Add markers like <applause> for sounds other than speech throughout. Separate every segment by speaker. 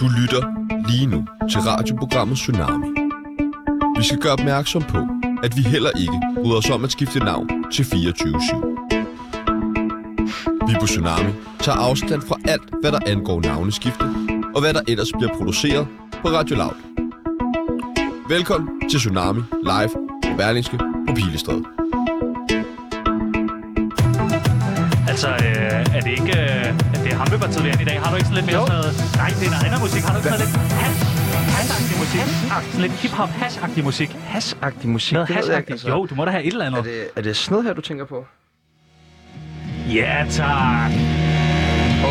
Speaker 1: Du lytter lige nu til radioprogrammet Tsunami. Vi skal gøre opmærksom på, at vi heller ikke bryder os om at skifte navn til 24-7. Vi på Tsunami tager afstand fra alt, hvad der angår navneskifte, og hvad der ellers bliver produceret på Radio Loud. Velkommen til Tsunami Live på Berlingske på Pilestræde.
Speaker 2: Altså, øh, er det ikke... Øh, er det er Hampepartiet, vi er inde i dag. Har du ikke sådan lidt mere sådan noget... Nej, det er en anden musik. Har du ikke sådan lidt hash? Hash-agtig musik. Hash-agtig. Sådan lidt hip-hop hash-agtig musik.
Speaker 3: Hasagtig musik.
Speaker 2: Noget
Speaker 3: det ved jeg ikke,
Speaker 2: hash-agtigt.
Speaker 3: altså.
Speaker 2: Jo, du må da have et eller
Speaker 3: Er
Speaker 2: andet.
Speaker 3: det, er det sned her, du tænker på?
Speaker 2: Ja, tak.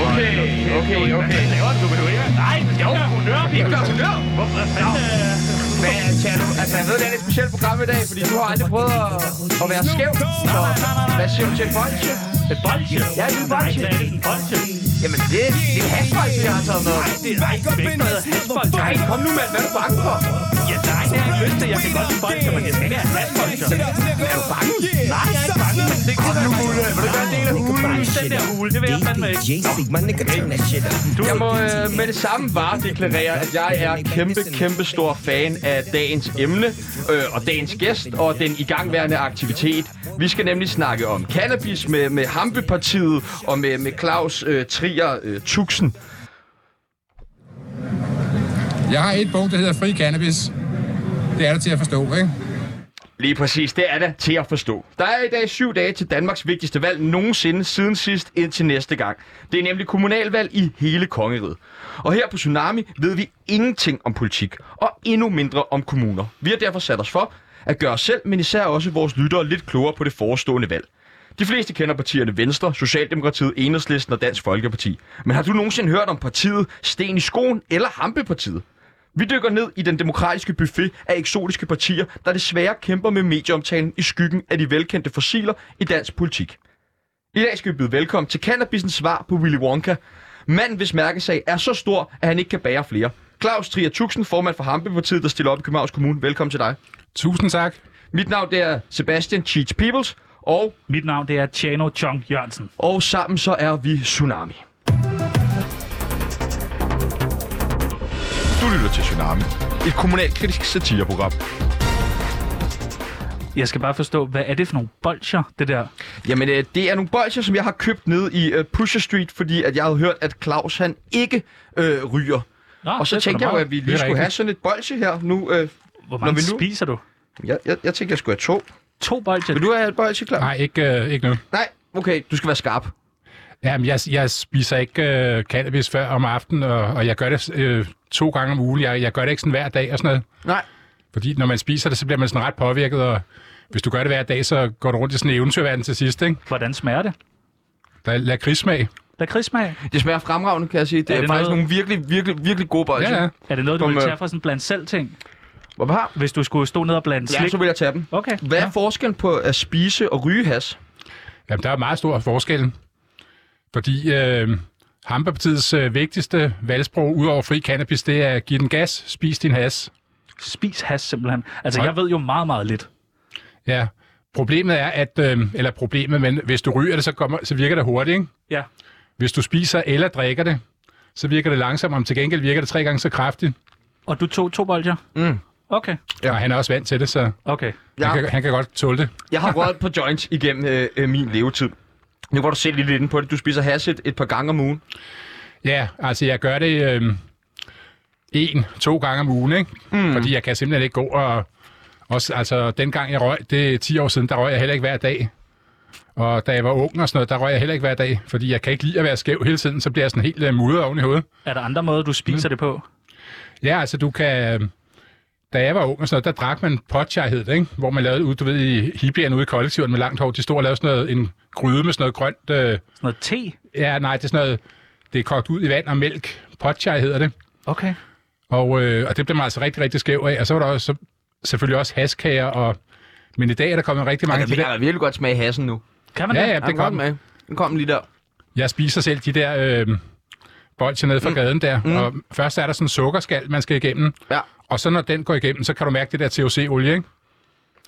Speaker 2: Okay, okay, okay. Hvad laver du? Vil du ikke? Nej, jo, humør. Vi gør humør. Hvorfor fanden? øh,
Speaker 3: Hvad, Tjano? Altså, jeg ved, det er et specielt program i dag, fordi du har aldrig prøvet at, at være skæv. Så hvad siger du til et bolsje?
Speaker 2: Et bolsje.
Speaker 3: Ja, det er en bolsje.
Speaker 2: Nej, hvad er det? En bolsje.
Speaker 3: Jamen, det, det er hashbolsje, jeg har taget med.
Speaker 2: Nej, det er nej, det er ikke noget hashbolsje.
Speaker 3: Nej, kom nu, mand. Hvad er du bange for?
Speaker 2: Ja, nej, det har jeg lyst til. Jeg kan godt lide bolsje, men jeg skal ikke have hashbolsje.
Speaker 3: Er du bange?
Speaker 2: Nej, jeg er ikke bange, men det kan
Speaker 3: Nu, Hule. Vil du gøre en del af hulen?
Speaker 2: Den der hule, det vil jeg fandme ikke.
Speaker 3: Jeg må øh, med det samme bare deklarere, at jeg er kæmpe, kæmpe stor fan af dagens emne øh, og dagens gæst og den igangværende aktivitet. Vi skal nemlig snakke om cannabis med, med Hampepartiet og med, med Claus øh, Trier øh, Tuxen.
Speaker 4: Jeg har et punkt, der hedder fri cannabis. Det er der til at forstå, ikke?
Speaker 3: Lige præcis, det er det til at forstå. Der er i dag syv dage til Danmarks vigtigste valg nogensinde siden sidst indtil næste gang. Det er nemlig kommunalvalg i hele kongeriget. Og her på Tsunami ved vi ingenting om politik, og endnu mindre om kommuner. Vi har derfor sat os for at gøre os selv, men især også vores lyttere lidt klogere på det forestående valg. De fleste kender partierne Venstre, Socialdemokratiet, Enhedslisten og Dansk Folkeparti. Men har du nogensinde hørt om partiet Sten i Skoen eller Hampepartiet? Vi dykker ned i den demokratiske buffet af eksotiske partier, der desværre kæmper med medieomtalen i skyggen af de velkendte fossiler i dansk politik. I dag skal vi byde velkommen til cannabisens svar på Willy Wonka. Manden, hvis mærkesag er så stor, at han ikke kan bære flere. Claus Trier Tuxen, formand for Hampepartiet, der stiller op i Københavns Kommune. Velkommen til dig.
Speaker 4: Tusind tak.
Speaker 3: Mit navn det er Sebastian Cheats Peoples, og,
Speaker 2: Mit navn det er Tjano Chong Jørgensen.
Speaker 3: og sammen så er vi Tsunami.
Speaker 1: Du lytter til Tsunami, et kommunalkritisk satireprogram.
Speaker 2: Jeg skal bare forstå, hvad er det for nogle bolcher, det der?
Speaker 3: Jamen, øh, det er nogle bolcher, som jeg har købt nede i øh, Pusher Street, fordi at jeg havde hørt, at Claus han ikke øh, ryger.
Speaker 2: Nå,
Speaker 3: Og så
Speaker 2: det er sgu
Speaker 3: tænkte
Speaker 2: da
Speaker 3: jeg jo,
Speaker 2: meget.
Speaker 3: at vi
Speaker 4: Det
Speaker 3: lige
Speaker 4: er
Speaker 3: skulle
Speaker 4: rigtigt.
Speaker 3: have sådan et bolsje her nu. Øh,
Speaker 2: Hvor
Speaker 3: Når
Speaker 2: mange
Speaker 3: vi nu-
Speaker 2: spiser du?
Speaker 3: jeg, jeg, jeg tænkte, jeg skulle have to.
Speaker 2: To bolcher?
Speaker 3: Vil du have et bolsje, klar?
Speaker 4: Nej, ikke, øh, ikke nu.
Speaker 3: Nej, okay, du skal være skarp.
Speaker 4: Jamen, jeg, jeg spiser ikke øh, cannabis før om aftenen, og, og jeg gør det øh, to gange om ugen. Jeg, jeg gør det ikke sådan hver dag og sådan noget.
Speaker 3: Nej.
Speaker 4: Fordi når man spiser det, så bliver man sådan ret påvirket, og hvis du gør det hver dag, så går du rundt i sådan en eventyrverden til sidst, ikke?
Speaker 2: Hvordan smager det?
Speaker 4: Der er lakridssmag.
Speaker 2: Der er krigssmag.
Speaker 3: Det smager fremragende, kan jeg sige. Det er,
Speaker 2: Er
Speaker 3: er
Speaker 2: det
Speaker 3: det faktisk
Speaker 2: noget-
Speaker 3: nogle virkelig, virkelig, virkelig gode bolsjer.
Speaker 4: Ja, ja.
Speaker 2: Er det noget, du
Speaker 3: Som,
Speaker 2: vil
Speaker 3: øh,
Speaker 2: tage fra sådan blandt selv ting?
Speaker 3: Hvor har?
Speaker 2: Hvis du skulle stå ned og blande
Speaker 3: Ja,
Speaker 2: slik?
Speaker 3: så vil jeg tage dem.
Speaker 2: Okay.
Speaker 3: Hvad er
Speaker 2: ja.
Speaker 3: forskellen på at spise og ryge has?
Speaker 4: Jamen, der er meget stor forskel. Fordi øh, Hamperpartiets øh, vigtigste valgsprog ud over fri cannabis, det er giv den gas, spis din has.
Speaker 2: Spis has simpelthen. Altså,
Speaker 4: Nej.
Speaker 2: jeg ved jo meget, meget lidt.
Speaker 4: Ja. Problemet er, at, øh, eller problemet, men hvis du ryger det, så, kommer, så virker det hurtigt, ikke?
Speaker 2: Ja.
Speaker 4: Hvis du spiser eller drikker det, så virker det langsomt, om til gengæld virker det tre gange så kraftigt.
Speaker 2: Og du tog to bolcher?
Speaker 3: Mm.
Speaker 2: Okay.
Speaker 4: Ja. Og han er også vant til det, så
Speaker 2: Okay.
Speaker 4: ja.
Speaker 3: Ja.
Speaker 4: han, kan, han kan godt tåle det.
Speaker 3: Jeg har røget på joints igennem øh, øh, min levetid. Nu var du selv lidt inde på det. Du spiser hash et, et par gange om ugen.
Speaker 4: Ja, altså jeg gør det øh, en, to gange om ugen, ikke? Mm. fordi jeg kan simpelthen ikke gå og... Også, altså, dengang jeg røg, det er 10 år siden, der røg jeg heller ikke hver dag. Og da jeg var ung og sådan noget, der røg jeg heller ikke hver dag, fordi jeg kan ikke lide at være skæv hele tiden, så bliver jeg sådan helt øh, mudret oven i hovedet.
Speaker 2: Er der andre måder, du spiser det på?
Speaker 4: Ja, altså du kan... øh, Da jeg var ung og sådan noget, der drak man potchai, hed det, ikke? hvor man lavede, ud- du ved, i hippierne ude i kollektivet med langt hår, de stod og lavede sådan noget, en gryde med sådan noget grønt... Øh,
Speaker 2: Sådan noget te?
Speaker 4: ja, nej, det er sådan noget, det er kogt ud i vand og mælk. Potchai hedder det.
Speaker 2: Okay.
Speaker 4: Og, øh, og det blev man altså rigtig, rigtig skæv af. Og så var der også, så, selvfølgelig også haskager, og, men i dag er der kommet rigtig mange
Speaker 3: Jeg
Speaker 4: af de
Speaker 3: kan, jeg
Speaker 4: der...
Speaker 3: kan virkelig godt smage hassen nu.
Speaker 2: Kan man
Speaker 4: Ja,
Speaker 2: det?
Speaker 4: ja,
Speaker 3: Jeg
Speaker 4: det
Speaker 3: kom
Speaker 4: kom.
Speaker 3: med. Den kom lige der.
Speaker 4: Jeg spiser selv de der øh, bolcher nede fra gaden der, og først er der sådan en sukkerskal, man skal igennem.
Speaker 3: Ja.
Speaker 4: Og så når den går igennem, så kan du mærke det der THC-olie, ikke?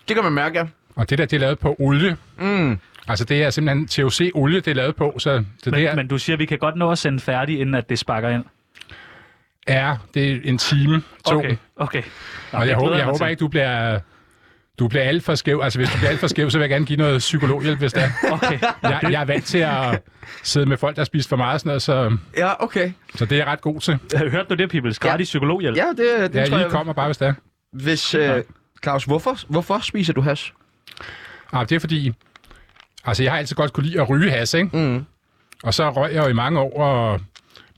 Speaker 3: Det kan man mærke, ja.
Speaker 4: Og det der, det er lavet på olie. Mm. Altså det er simpelthen THC-olie, det er lavet på, så det
Speaker 2: Men,
Speaker 4: der...
Speaker 2: men du siger, at vi kan godt nå at sende færdig, inden at det sparker ind.
Speaker 4: er det er en time, to.
Speaker 2: Okay, okay. Nå,
Speaker 4: Og
Speaker 2: det
Speaker 4: jeg, håber,
Speaker 2: glæder mig
Speaker 4: jeg håber
Speaker 2: til.
Speaker 4: ikke, du bliver, du bliver alt for skæv. Altså, hvis du bliver alt for skæv, så vil jeg gerne give noget psykologhjælp, hvis det er.
Speaker 2: <laughs> Okay.
Speaker 4: Jeg, jeg er vant til at sidde med folk, der spiser for meget og sådan noget, så,
Speaker 3: Ja, okay.
Speaker 4: så det er jeg ret god til.
Speaker 2: Hørte du det, Pibels? Gratis psykologhjælp.
Speaker 3: Ja, det, det
Speaker 4: Jeg
Speaker 3: tror
Speaker 4: lige
Speaker 3: jeg.
Speaker 4: kommer bare, hvis det er.
Speaker 3: Hvis, øh, Claus, hvorfor, hvorfor spiser du hash?
Speaker 4: Ah, det er fordi, altså jeg har altid godt kunne lide at ryge has, ikke?
Speaker 3: Mm.
Speaker 4: Og så røg jeg jo i mange år, og...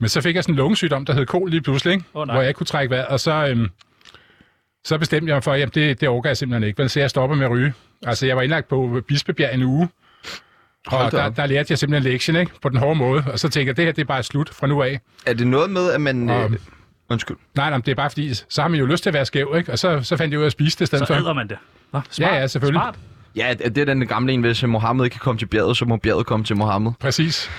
Speaker 4: men så fik jeg sådan en lungesygdom, der hed kol lige pludselig, ikke?
Speaker 2: Åh, nej.
Speaker 4: hvor jeg ikke kunne trække vejret, og så, øhm, så bestemte jeg mig for, at jamen, det, det orker jeg simpelthen ikke, vel, så jeg stopper med at ryge. Altså jeg var indlagt på Bispebjerg en uge,
Speaker 3: Hold
Speaker 4: og
Speaker 3: da
Speaker 4: der,
Speaker 3: op.
Speaker 4: der lærte jeg simpelthen lektien ikke? på den hårde måde, og så tænkte jeg, det her det er bare slut fra nu af.
Speaker 3: Er det noget med, at man... Øh,
Speaker 4: Um.
Speaker 3: undskyld.
Speaker 4: Nej, nej, men det er bare fordi, så har man jo lyst til at være skæv, ikke? og så, så fandt jeg ud af at spise det i stedet
Speaker 2: Så æder
Speaker 4: for.
Speaker 2: man det. Nå, smart.
Speaker 4: Ja, ja, selvfølgelig.
Speaker 2: Smart.
Speaker 3: Ja, at- at det er den gamle en, hvis øh, Mohammed ikke kan komme til bjerget, så må bjerget komme til Mohammed.
Speaker 4: Præcis.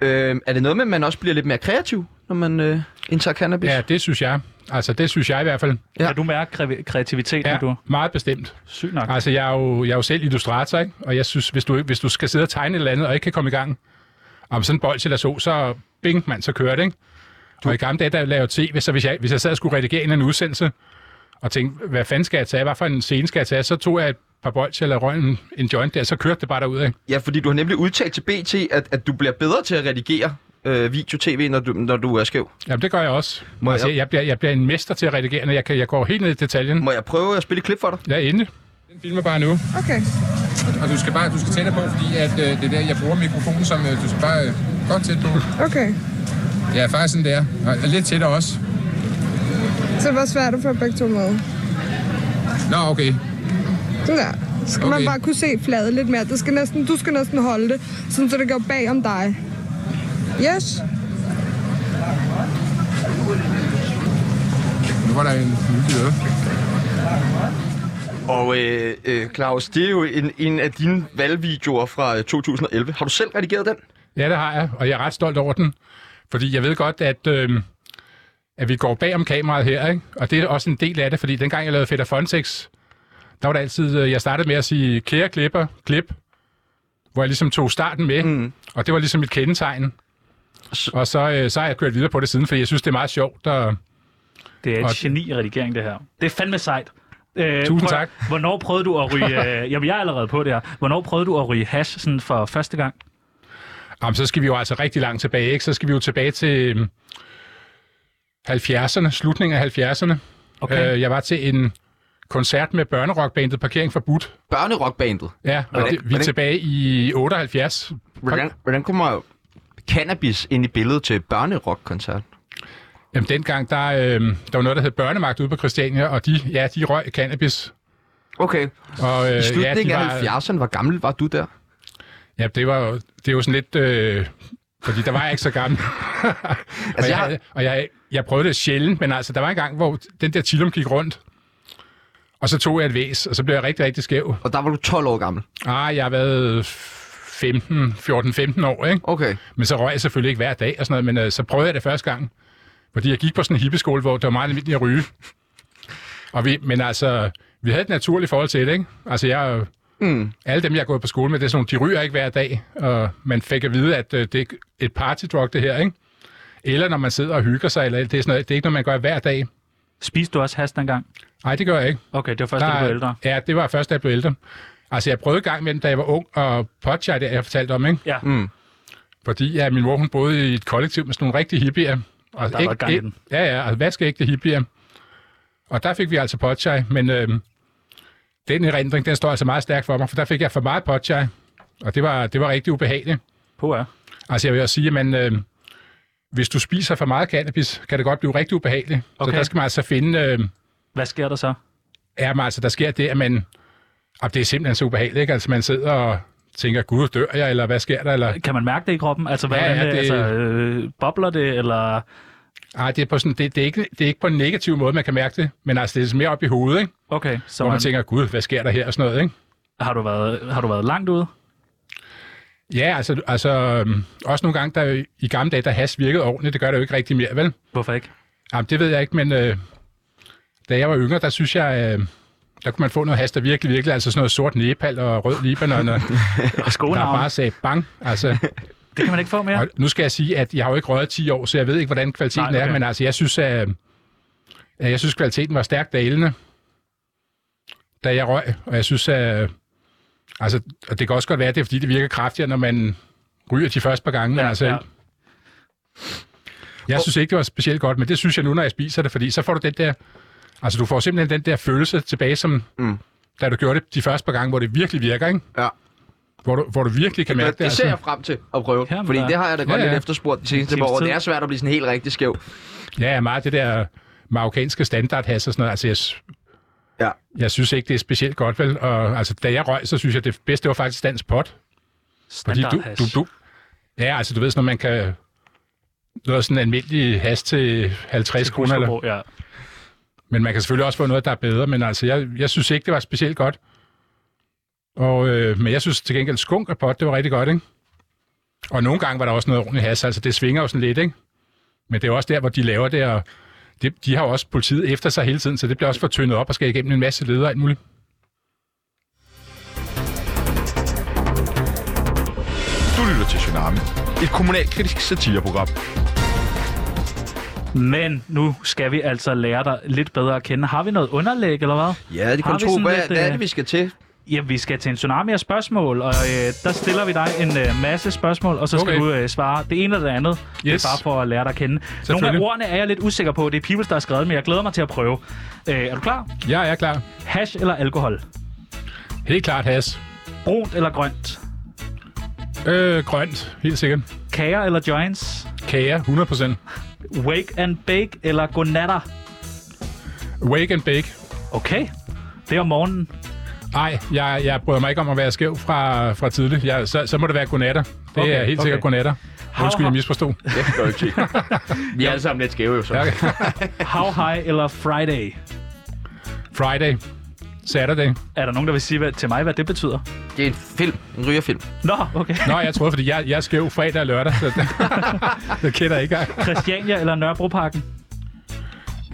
Speaker 3: Øh, er det noget med, at man også bliver lidt mere kreativ, når man øh, indtager cannabis?
Speaker 4: Ja, det synes jeg. Altså, det synes jeg i hvert fald.
Speaker 3: Ja.
Speaker 2: Kan du mærke kre- kreativiteten,
Speaker 4: Ja,
Speaker 2: ja. du?
Speaker 4: meget bestemt.
Speaker 2: Sygt nok.
Speaker 4: Altså, jeg er jo, jeg er jo selv illustrator, ikke? og jeg synes, hvis du, ikke- hvis du skal sidde og tegne et eller andet, og ikke kan komme i gang, om sådan en bold til der så, så bing, man, så kører det. Ikke? Og i gamle dage, der lavede jeg tv, så hvis jeg, hvis jeg sad og skulle redigere en eller anden udsendelse, og tænkte, hvad fanden skal jeg tage, hvad for en scene skal jeg tage, så tog jeg et par bolds eller røg en, en joint der, så kørte det bare derudad.
Speaker 3: ja, fordi du har nemlig udtalt til BT, at, at du bliver bedre til at redigere øh, video-tv, når du, når du er skæv.
Speaker 4: Jamen, det gør jeg også.
Speaker 3: Må
Speaker 4: altså,
Speaker 3: jeg-
Speaker 4: jeg, bliver, jeg bliver en mester til at redigere, når jeg, kan, jeg går helt ned i detaljen.
Speaker 3: Må jeg prøve at spille et klip for dig?
Speaker 4: Ja, endelig. Den filmer bare nu.
Speaker 5: Okay.
Speaker 4: Og du skal bare du skal tættere på, fordi at, øh, det er der, jeg bruger mikrofonen, som øh, du skal bare øh, godt tæt på.
Speaker 5: Okay.
Speaker 4: Ja, faktisk sådan der. Og lidt tættere også.
Speaker 5: Så det var svært at få begge to med.
Speaker 4: Nå, okay.
Speaker 5: Sådan der. Så skal okay. man
Speaker 4: Okay.
Speaker 5: bare kunne se fladet lidt mere. Det skal næsten, du skal næsten holde det, sådan så det går bag om dig. Yes.
Speaker 4: Nu var der en hyggelig øde.
Speaker 3: Og øh, øh, Claus, det er jo en, en af dine valgvideoer fra øh, 2011. Har du selv redigeret den?
Speaker 4: Ja, det har jeg, og jeg er ret stolt over den. Fordi jeg ved godt, at, øh, at vi går bag om kameraet her, ikke? og det er også en del af det, fordi dengang jeg lavede Fedder Fontex, der var det altid, øh, jeg startede med at sige, kære klipper, klip, hvor jeg ligesom tog starten med, mm. og det var ligesom mit kendetegn.
Speaker 3: Så-
Speaker 4: Og så, øh, så har jeg kørt videre på det siden, fordi jeg synes, det er meget sjovt. Og,
Speaker 2: Det er
Speaker 4: Og-
Speaker 2: et geni i redigering, det her. Det er fandme sejt. Øh,
Speaker 4: Tusind tak.
Speaker 2: Hvornår prøvede du at ryge... Øh, jamen, jeg er allerede på det her. Hvornår prøvede du at ryge hash sådan for første gang?
Speaker 4: Jamen, så skal vi jo altså rigtig langt tilbage, ikke? Så skal vi jo tilbage til øhm, 70'erne, slutningen af 70'erne.
Speaker 2: Okay.
Speaker 4: Øh, jeg var til en koncert med børnerockbandet Parkering Forbudt.
Speaker 3: Børnerockbandet.
Speaker 4: Ja, og
Speaker 3: Hvordan-
Speaker 4: det, vi er
Speaker 3: hvordan-
Speaker 4: tilbage i 78.
Speaker 3: Hvordan, hvordan kommer cannabis ind i billedet til børnerockkoncert?
Speaker 4: Jamen, dengang, der, øh, der var noget, der hed Børnemagt ude på Christiania, og de, ja, de røg cannabis.
Speaker 3: Okay.
Speaker 4: Og, øh,
Speaker 3: I slutningen
Speaker 4: ja, de
Speaker 3: af 70'erne, hvor gammel var du der?
Speaker 4: Ja, det var, jo- det er jo sådan lidt... Øh, fordi der var jeg ikke så gammel. altså, og
Speaker 3: jeg
Speaker 4: jeg,
Speaker 3: har-
Speaker 4: havde- og jeg, jeg prøvede det sjældent, men altså, der var en gang, hvor den der tilum gik rundt, og så tog jeg et væs, og så blev jeg rigtig, rigtig skæv.
Speaker 3: Og der var du 12 år gammel.
Speaker 4: Ah, jeg har været 15, 14-15 år, ikke?
Speaker 3: Okay.
Speaker 4: Men så røg jeg selvfølgelig ikke hver dag og sådan noget, men øh, så prøvede jeg det første gang. Fordi jeg gik på sådan en hippeskole, hvor det var meget almindeligt at ryge. Og vi, men altså, vi havde et naturligt forhold til det, ikke? Altså, jeg, mm. alle dem, jeg har gået på skole med, det er sådan nogle, de ryger ikke hver dag. Og man fik at vide, at øh, det er et partydrug, det her, ikke? Eller når man sidder og hygger sig, eller det er sådan noget, det er ikke noget, man gør hver dag.
Speaker 2: Spiste du også hash dengang?
Speaker 4: Nej, det gør jeg ikke.
Speaker 2: Okay, det var først, da du blev ældre.
Speaker 4: Ja, det var først, da jeg blev ældre. Altså, jeg prøvede gang imellem, da jeg var ung, og potje, det jeg fortalte om, ikke?
Speaker 2: Ja. Mm.
Speaker 4: Fordi ja, min mor hun boede i et kollektiv med sådan nogle rigtige hippier. Og
Speaker 2: der var gang i den.
Speaker 4: Ja, ja, og vaskeægte hippier. Og der fik vi altså potchai, men øhm, den erindring, den står altså meget stærkt for mig, for der fik jeg for meget potchai, og det var, det var rigtig ubehageligt.
Speaker 2: På ja.
Speaker 4: Altså jeg vil også sige, at man, øhm, hvis du spiser for meget cannabis, kan det godt blive rigtig ubehageligt. Okay.
Speaker 2: Okay.
Speaker 4: Så der skal man altså finde, øhm,
Speaker 2: Hvad sker der så?
Speaker 4: er man altså, der sker det, at man, og det er simpelthen så ubehageligt, ikke? Altså man sidder og tænker, gud, dør jeg, eller hvad sker der, eller
Speaker 2: Kan man mærke det i kroppen? Altså, hvad,
Speaker 4: Ja, ja,
Speaker 2: ja, ja, det...
Speaker 4: det-
Speaker 2: altså øh, bobler det, eller...
Speaker 4: Ej, det er, på sådan, det, det, er ikke, det er ikke på en negativ måde, man kan mærke det, men altså, det er mere op i hovedet, ikke?
Speaker 2: Okay, så
Speaker 4: hvor man
Speaker 2: man,
Speaker 4: tænker, gud, hvad sker der her og sådan noget, ikke?
Speaker 2: har, du været, har du været langt ude?
Speaker 4: Ja, altså, altså øhm, også nogle gange, der i gamle dage, der has virkede ordentligt, det gør det jo ikke rigtig mere, vel?
Speaker 2: Hvorfor ikke?
Speaker 4: Jamen, det ved jeg ikke, men øh, da jeg var yngre, der synes jeg, øh, der kunne man få noget has, der virkelig, virkelig, altså sådan noget sort Nepal og rød Libanon, og,
Speaker 2: Og
Speaker 4: der
Speaker 2: skoenavn?
Speaker 4: bare sagde bang, altså...
Speaker 2: Det kan man ikke få mere.
Speaker 4: Og nu skal jeg sige, at jeg har jo ikke røget 10 år, så jeg ved ikke, hvordan kvaliteten
Speaker 2: Nej,
Speaker 4: Nej,
Speaker 2: okay.
Speaker 4: er, men altså, jeg synes, at, at jeg synes, kvaliteten var stærkt dalende, da jeg røg, og jeg synes, at, altså, og det kan også godt være, at det er, fordi det virker kraftigere, når man ryger de første par gange, ja, men altså, ja. jeg synes ikke, det var specielt godt, men det synes jeg nu, når jeg spiser det, fordi så får du den der, altså, du får simpelthen den der følelse tilbage, som mm. da du gjorde det de første par gange, hvor det virkelig virker, ikke?
Speaker 6: Ja.
Speaker 4: Hvor du, hvor du virkelig kan mærke
Speaker 6: Det,
Speaker 4: det.
Speaker 6: det ser jeg
Speaker 4: altså.
Speaker 6: frem til at prøve,
Speaker 2: Jamen,
Speaker 6: fordi
Speaker 2: der-
Speaker 6: det har jeg da godt
Speaker 4: Ja,
Speaker 6: ja,
Speaker 4: ja.
Speaker 6: ja. lidt efterspurgt de seneste
Speaker 2: En
Speaker 6: par
Speaker 2: times
Speaker 6: år.
Speaker 2: tid.
Speaker 6: Det er svært at blive sådan helt rigtig skæv.
Speaker 4: Ja, meget det der marokkanske standardhas og sådan noget. Altså, jeg, s-
Speaker 6: Ja.
Speaker 4: jeg synes ikke, det er specielt godt, vel? Og, altså, da jeg røg, så synes jeg, det bedste det var faktisk dansk pot. Fordi du,
Speaker 2: Standardhash.
Speaker 4: du, du, ja, altså, du ved, sådan, når man kan... Noget sådan almindelig has til 50
Speaker 2: Husk
Speaker 4: kroner. Eller,
Speaker 2: forbrug, Ja.
Speaker 4: men man kan selvfølgelig også få noget, der er bedre. Men altså, jeg, jeg synes ikke, det var specielt godt. Og, øh, men jeg synes til gengæld, skunk og pot, det var rigtig godt, ikke? Og nogle gange var der også noget ordentligt has. Altså, det svinger jo sådan lidt, ikke? Men det er jo også der, hvor de laver det, og det, de har jo også politiet efter sig hele tiden, så det bliver også fortyndet op og skal igennem en masse ledere og alt muligt.
Speaker 1: Du lytter til Tsunami. Et kommunalkritisk satireprogram.
Speaker 2: Men nu skal vi altså lære dig lidt bedre at kende. Har vi noget underlæg, eller hvad?
Speaker 6: Ja, det er
Speaker 2: Har
Speaker 6: kun
Speaker 2: vi
Speaker 6: to.
Speaker 2: sådan
Speaker 6: Hvad,
Speaker 2: lidt,
Speaker 6: hvad er
Speaker 2: øh,
Speaker 6: det, vi skal
Speaker 4: <laughs>
Speaker 6: til?
Speaker 2: Ja, vi skal til en tsunami af spørgsmål, og øh, der stiller vi dig en øh, masse spørgsmål, og så skal
Speaker 4: Okay.
Speaker 2: du øh, svare det ene eller det andet. Yes. Det er
Speaker 4: Yes.
Speaker 2: bare for at lære dig at kende. Nogle af
Speaker 4: Selvfølgelig.
Speaker 2: ordene er jeg lidt usikker på. Det er Peoples, der har skrevet, men jeg glæder mig til at prøve. Øh, er du klar?
Speaker 4: Jeg er klar.
Speaker 2: Hash eller alkohol?
Speaker 4: Helt klart has.
Speaker 2: Brunt eller grønt?
Speaker 4: Øh, grønt, helt sikkert.
Speaker 2: Kager eller joints?
Speaker 4: Kager, 100%.
Speaker 2: Wake and bake eller godnatter?
Speaker 4: Wake and bake.
Speaker 2: Okay, det er om morgenen.
Speaker 4: Ej, jeg, jeg bryder mig ikke om at være skæv fra, fra tidligt. Jeg, så, så må det være godnatter. Det okay, er helt
Speaker 2: okay.
Speaker 4: sikkert godnatter. Undskyld, jeg misforstod.
Speaker 3: Jeg kan ikke se. Vi er alle sammen lidt skæve, jo. Så.
Speaker 4: Ja.
Speaker 2: How high <laughs> eller Friday?
Speaker 4: Friday. Saturday.
Speaker 2: Er der nogen, der vil sige hvad, til mig, hvad det betyder?
Speaker 6: Det er en film. En rygerfilm.
Speaker 2: Nå, okay.
Speaker 4: Nå, jeg troede, fordi jeg, jeg er skæv fredag og lørdag, så det, <laughs> det kender jeg ikke.
Speaker 2: <laughs> Christiania eller Nørrebroparken?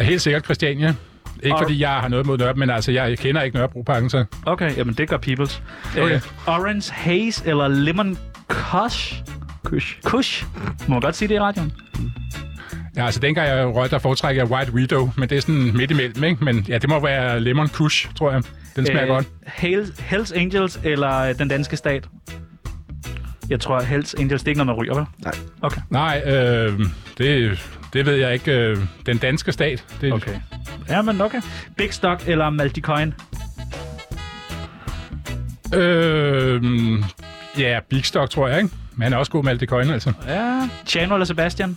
Speaker 4: Helt sikkert Christiania. Ikke
Speaker 2: Og-
Speaker 4: fordi jeg har noget mod Nørrebro, men altså, jeg kender ikke Nørrebroparken, så...
Speaker 2: Okay, jamen det gør Peoples.
Speaker 4: Okay.
Speaker 2: Øh, orange Haze eller Lemon Kush? Kush. Kush. Må man godt sige det i radioen?
Speaker 4: Ja, altså dengang jeg røg, der foretrækker jeg White Widow, men det er sådan midt imellem, ikke? Men ja, det må være Lemon Kush, tror jeg. Den smager øh, godt.
Speaker 2: Hells, Hells Angels eller øh, den danske stat? Jeg tror, Hells Angels, det er ikke noget, man ryger, vel?
Speaker 4: Nej, øh, det, det ved jeg ikke. Øh, den danske stat. Det,
Speaker 2: Okay. Ja, men okay. Big Stock eller Maldicoin?
Speaker 4: Øh, ja, Big Stock, tror jeg, ikke? Men han er også god med alt det køjne, altså.
Speaker 2: Ja. Chano eller Sebastian?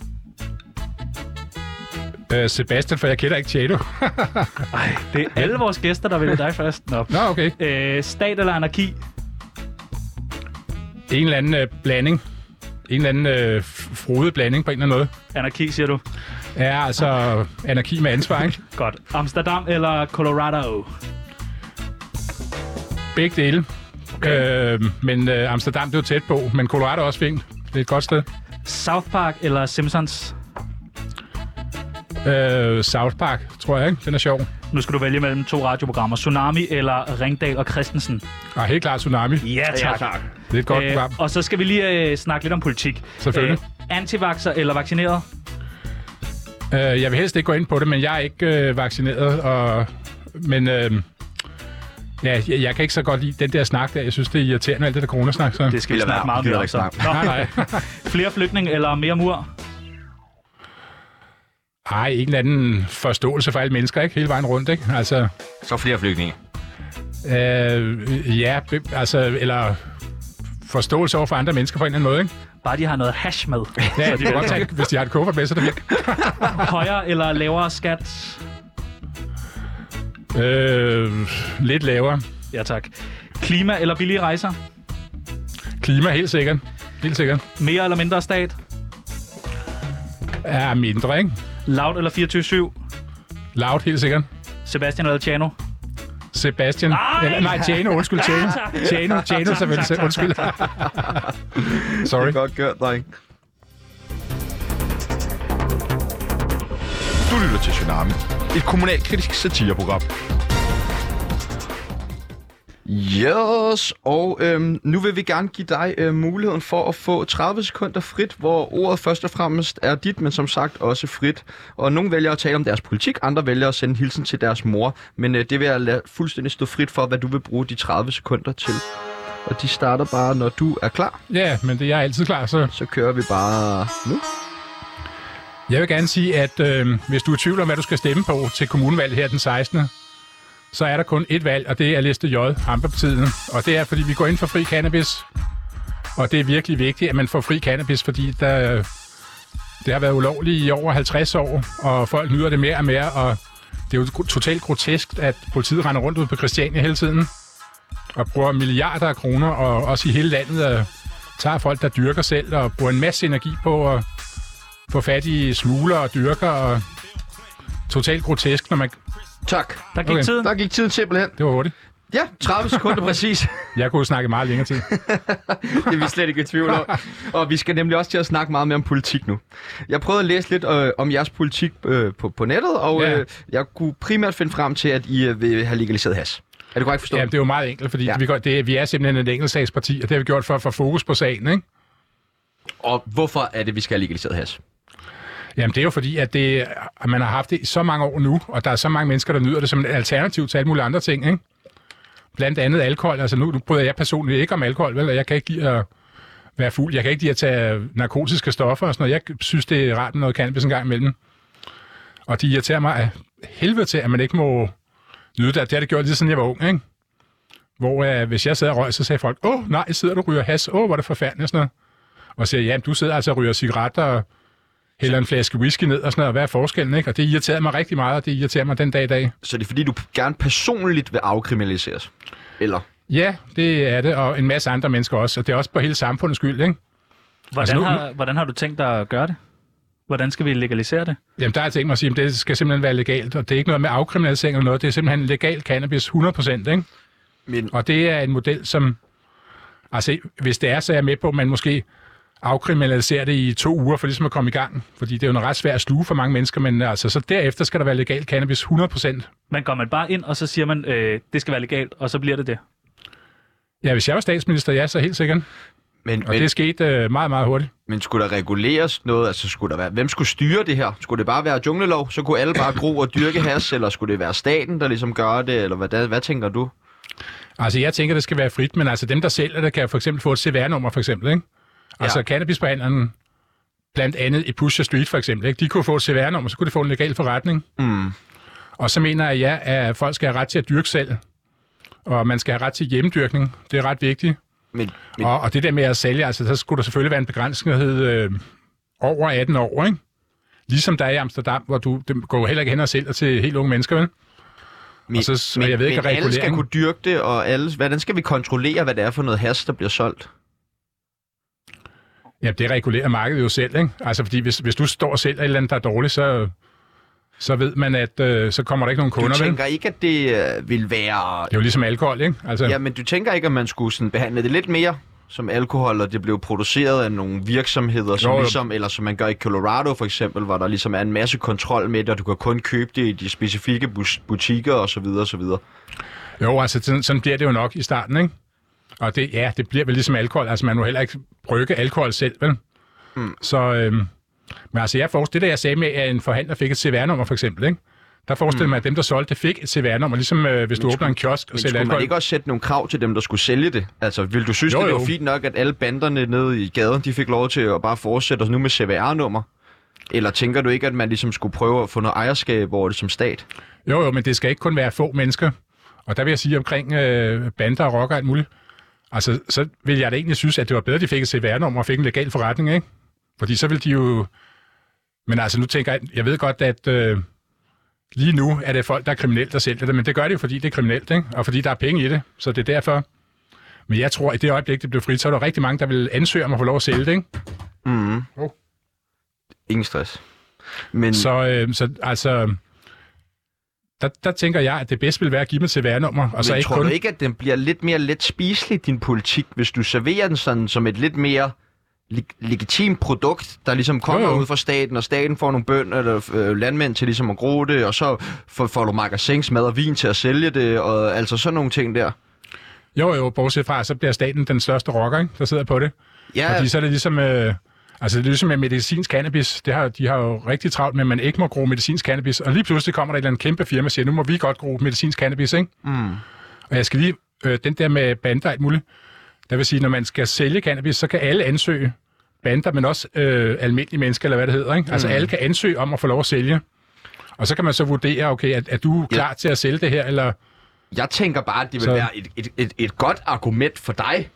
Speaker 4: Øh, Sebastian, for jeg kender ikke Chato.
Speaker 2: Det er alle vores gæster, der vælger dig først. Nå.
Speaker 4: Nå, okay.
Speaker 2: Øh, stat eller anarki?
Speaker 4: En eller anden øh, blanding. En eller anden øh, f- frodet blanding på en eller anden
Speaker 2: Anarki, siger du.
Speaker 4: måde. Ja, altså anarki med ansvar, ikke?
Speaker 2: Godt. Amsterdam eller Colorado?
Speaker 4: Begge dele. Okay. Øh, men øh, Amsterdam, det er jo tæt på. Men Colorado er også fint. Det er et godt sted.
Speaker 2: South Park eller Simpsons?
Speaker 4: Øh, South Park, tror jeg, ikke? Den er sjov.
Speaker 2: Nu skal du vælge mellem to radioprogrammer. Tsunami eller Ringdal og Christensen?
Speaker 4: Og helt klart Tsunami.
Speaker 2: Ja, tak. Ja, tak.
Speaker 4: Det er et godt øh, program.
Speaker 2: Øh, og så skal vi lige øh, snakke lidt om politik.
Speaker 4: Selvfølgelig.
Speaker 2: Øh, antivaxer eller vaccineret?
Speaker 4: Øh, jeg vil helst ikke gå ind på det, men jeg er ikke øh, vaccineret. Og, men øh, ja, jeg, jeg kan ikke så godt lide den der snak der. Jeg synes, det er irriterende, alt det der coronasnak. Så.
Speaker 2: Det skal vi
Speaker 6: Eller
Speaker 2: snakke
Speaker 6: hvad?
Speaker 2: meget
Speaker 6: Det
Speaker 2: mere
Speaker 6: er
Speaker 2: om.
Speaker 6: ikke
Speaker 2: Så.
Speaker 6: snart.
Speaker 2: Nå,
Speaker 4: Nej, nej.
Speaker 2: flere flygtninge eller mere mur?
Speaker 4: Ej, en eller anden forståelse for alle mennesker, ikke? Hele vejen rundt, ikke? Altså,
Speaker 3: så flere flygtninge.
Speaker 4: øh, ja, be, altså, eller forståelse over for andre mennesker på en eller anden måde, ikke?
Speaker 2: Bare de har noget hash med.
Speaker 4: Ja,
Speaker 2: Så
Speaker 4: de kan godt tage, hvis de har et kuffert med, så er det væk.
Speaker 2: Højere eller lavere skat?
Speaker 4: Øh, lidt lavere.
Speaker 2: Ja, tak. Klima eller billige rejser?
Speaker 4: Klima, helt sikkert. Helt sikkert.
Speaker 2: Mere eller mindre stat?
Speaker 4: Er mindre, ikke?
Speaker 2: Loud eller 24-7?
Speaker 4: Loud, helt sikkert.
Speaker 2: Sebastian eller Tjano?
Speaker 4: Sebastian.
Speaker 2: Nej!
Speaker 4: Eller, nej, Tjano, undskyld, Tjano. Tjano, Tjano, selvfølgelig, undskyld. Sorry.
Speaker 6: Godt gjort, dreng.
Speaker 1: Du lytter til Tsunami. Et kommunalkritisk satireprogram.
Speaker 3: Yes, og øhm, nu vil vi gerne give dig øh, muligheden for at få 30 sekunder frit, hvor ordet først og fremmest er dit, men som sagt også frit. Og nogle vælger at tale om deres politik, andre vælger at sende en hilsen til deres mor. Men øh, det vil jeg lade fuldstændig stå frit for, hvad du vil bruge de 30 sekunder til. Og de starter bare, når du er klar.
Speaker 4: Ja, men det jeg er altid klar, så
Speaker 3: Så kører vi bare nu.
Speaker 4: Jeg vil gerne sige, at øh, hvis du er i tvivl om, hvad du skal stemme på til kommunevalget her den 16., så er der kun ét valg, og det er liste J, Hamperpartiet. Og det er, fordi vi går ind for fri cannabis. Og det er virkelig vigtigt, at man får fri cannabis, fordi der, øh, det har været ulovligt i over 50 år, og folk nyder det mere og mere, og det er jo gr- totalt grotesk, at politiet render rundt ud på Christiania hele tiden, og bruger milliarder af kroner, og også i hele landet, og tager folk, der dyrker selv, og bruger en masse energi på at få fat i smugler og dyrker og totalt grotesk, når man...
Speaker 3: Tak.
Speaker 2: Der gik
Speaker 4: Okay.
Speaker 2: tiden.
Speaker 3: Der gik tiden simpelthen.
Speaker 4: Det var hurtigt.
Speaker 3: Ja, 30 sekunder præcis.
Speaker 4: Jeg kunne snakke meget længere tid.
Speaker 3: Det er vi slet ikke i tvivl om. Og vi skal nemlig også til at snakke meget mere om politik nu. Jeg prøvede at læse lidt øh, om jeres politik øh, på, på nettet, og
Speaker 4: Ja.
Speaker 3: øh, jeg kunne primært finde frem til, at I øh, vil have legaliseret hash. Er det korrekt forstået?
Speaker 4: Jamen, det er jo meget enkelt, fordi
Speaker 3: Ja.
Speaker 4: ja. vi, går, det, vi er simpelthen et enkeltsagsparti, og det har vi gjort for at få fokus på sagen, ikke?
Speaker 3: Og hvorfor er det, vi skal have legaliseret hash?
Speaker 4: Jamen, det er jo fordi, at, det, at man har haft det i så mange år nu, og der er så mange mennesker, der nyder det som et alternativ til alle mulige andre ting, ikke? Blandt andet alkohol. Altså, nu, nu bryder jeg personligt ikke om alkohol, vel? Og jeg kan ikke lide at være fuld. Jeg kan ikke lide at tage narkotiske stoffer og sådan noget. Jeg synes, det er rart med noget cannabis en gang imellem. Og de irriterer mig af helvede til, at man ikke må nyde det. Det har det gjort lige siden jeg var ung, ikke? Hvor øh, hvis jeg sad og røg, så sagde folk, åh nej, sidder du og ryger has, åh, hvor er det forfærdeligt og sådan noget. Og siger, jamen, du sidder altså og ryger cigaretter og hælder en flaske whisky ned og sådan noget, og hvad er forskellen, ikke? Og det irriterede mig rigtig meget, og det irriterer mig den dag i dag.
Speaker 3: Så det er, fordi du gerne personligt vil afkriminaliseres? Eller?
Speaker 4: Ja, det er det, og en masse andre mennesker også, og det er også på hele samfundets skyld, ikke?
Speaker 2: Hvordan,
Speaker 4: Altså, nu-
Speaker 2: har, hvordan har du tænkt dig at gøre det? Hvordan skal vi legalisere det?
Speaker 4: Jamen, der er ting, man siger, at det skal simpelthen være legalt, og det er ikke noget med afkriminalisering eller noget, det er simpelthen legal cannabis 100%, ikke?
Speaker 3: Men-
Speaker 4: Og det er en model, som... Altså, hvis det er, så er jeg med på, at man måske afkriminaliserer det i to uger, for ligesom at komme i gang. Fordi det er jo en ret svær stue for mange mennesker, men altså, så derefter skal der være legal cannabis 100%.
Speaker 2: Man går man bare ind, og så siger man, øh, det skal være legalt, og så bliver det det.
Speaker 4: Ja, hvis jeg var statsminister, ja, så helt sikkert.
Speaker 3: Men,
Speaker 4: Og
Speaker 3: men,
Speaker 4: det skete øh, meget, meget hurtigt.
Speaker 3: men skulle der reguleres noget? Altså, skulle der være, hvem skulle styre det her? Skulle det bare være junglelov? Så kunne alle bare gro og dyrke hash, eller skulle det være staten, der ligesom gør det? Eller hvad, hvad tænker du?
Speaker 4: Altså, jeg tænker, det skal være frit, men altså dem, der sælger det, kan for eksempel få et CVR-nummer, for eksempel, ikke? Altså,
Speaker 3: Ja.
Speaker 4: ja. cannabisbehandleren, blandt andet i Pusher Street, for eksempel, ikke? De kunne få et CVR-nummer, så kunne de få en legal forretning. Mm. Og så mener jeg, ja, at folk skal have ret til at dyrke selv, og man skal have ret til hjemmedyrkning. Det er ret vigtigt.
Speaker 3: Men, men
Speaker 4: Og, og det der med at sælge, altså, så skulle der selvfølgelig være en begrænsning, der hed øh, over 18 år, ikke? Ligesom der er i Amsterdam, hvor du det går jo heller ikke hen og sælger til helt unge mennesker, vel?
Speaker 3: Men,
Speaker 4: Og så- så jeg ved ikke,
Speaker 3: men
Speaker 4: at
Speaker 3: alle skal
Speaker 4: reguleringen-
Speaker 3: kunne dyrke det, og alle, hvordan skal vi kontrollere, hvad det er for noget hash, der bliver solgt?
Speaker 4: Ja, det regulerer markedet jo selv, ikke? Altså, fordi hvis, hvis du står og sælger et eller andet, der er dårligt, så, så ved man, at øh, så kommer der ikke nogen
Speaker 3: Du
Speaker 4: kunder, vel?
Speaker 3: tænker ikke, at det øh, vil være...
Speaker 4: Det er jo ligesom alkohol, ikke? Altså,
Speaker 3: Ja, men du tænker ikke, at man skulle sådan behandle det lidt mere som alkohol, og det blev produceret af nogle virksomheder, som
Speaker 4: Jo, jo.
Speaker 3: ligesom, eller som man gør i Colorado for eksempel, hvor der ligesom er en masse kontrol med det, og du kan kun købe det i de specifikke bus- butikker osv. Så videre, så videre.
Speaker 4: Jo, altså, sådan, sådan bliver det jo nok i starten, ikke? Og det, ja, det bliver vel ligesom alkohol. Altså, man må heller ikke brygge alkohol selv, vel?
Speaker 3: Hmm.
Speaker 4: Mm. Så, øhm, men altså, jeg forestiller, det der jeg sagde med, at en forhandler fik et CVR-nummer, for eksempel, ikke? Der forestiller mm. man, at dem, der solgte, det, fik et CVR-nummer, ligesom øh, hvis du åbner en kiosk og
Speaker 3: Hmm. Men
Speaker 4: sælger
Speaker 3: skulle
Speaker 4: alkohol.
Speaker 3: man ikke også sætte nogle krav til dem, der skulle sælge det? Altså, vil du synes,
Speaker 4: Jo,
Speaker 3: jo, det
Speaker 4: jo.
Speaker 3: var fint nok, at alle banderne nede i gaden, de fik lov til at bare fortsætte os nu med CVR-nummer? Eller tænker du ikke, at man ligesom skulle prøve at få noget ejerskab over det som stat?
Speaker 4: Jo, jo, men det skal ikke kun være få mennesker. Og der vil jeg sige omkring øh, bander og rocker og alt muligt. Altså, så vil jeg da egentlig synes, at det var bedre, at de fik et CVR-nummer og fik en legal forretning, ikke? Fordi så vil de jo... Men altså, nu tænker jeg... Jeg ved godt, at øh, lige nu er det folk, der er kriminelle, der sælger det. Men det gør det jo, fordi det er kriminelt, ikke? Og fordi der er penge i det. Så det er derfor... Men jeg tror, at i det øjeblik, det blev frit, så er der rigtig mange, der vil ansøge om at få lov at sælge det, ikke?
Speaker 3: Mm. Ingen stress. Men, så...
Speaker 4: Så, øh, så altså... Der, der tænker jeg, at det bedste vil være at give dem et CVR-nummer, og så
Speaker 3: men
Speaker 4: ikke
Speaker 3: tror
Speaker 4: kun...
Speaker 3: du ikke, at den bliver lidt mere let spiselig, din politik, hvis du serverer den sådan som et lidt mere leg- legitimt produkt, der ligesom kommer
Speaker 4: Jo, jo.
Speaker 3: ud fra staten, og staten får nogle bønder eller øh, landmænd til ligesom at gro det, og så får, får du magasins, mad og vin til at sælge det, og altså sådan nogle ting der.
Speaker 4: Jo, jo, bortset fra, så bliver staten den største rocker, ikke, der sidder på det.
Speaker 6: Ja,
Speaker 4: Fordi så er det ligesom... Øh, altså, det er ligesom med medicinsk cannabis. Det har, de har jo rigtig travlt med, at man ikke må bruge medicinsk cannabis. Og lige pludselig kommer der et eller andet kæmpe firma og siger, nu må vi godt bruge medicinsk cannabis, ikke? Mm. Og jeg skal lige... Øh, den der med bander og alt muligt. Der vil sige, når man skal sælge cannabis, så kan alle ansøge bander, men også øh, almindelige mennesker, eller hvad det hedder. Ikke? Altså alle kan ansøge om at få lov at sælge. Og så kan man så vurdere, okay, er, er du klar til at sælge det her, eller...
Speaker 3: Jeg tænker bare, at det vil
Speaker 4: Så-
Speaker 3: være et, et, et, et godt argument for dig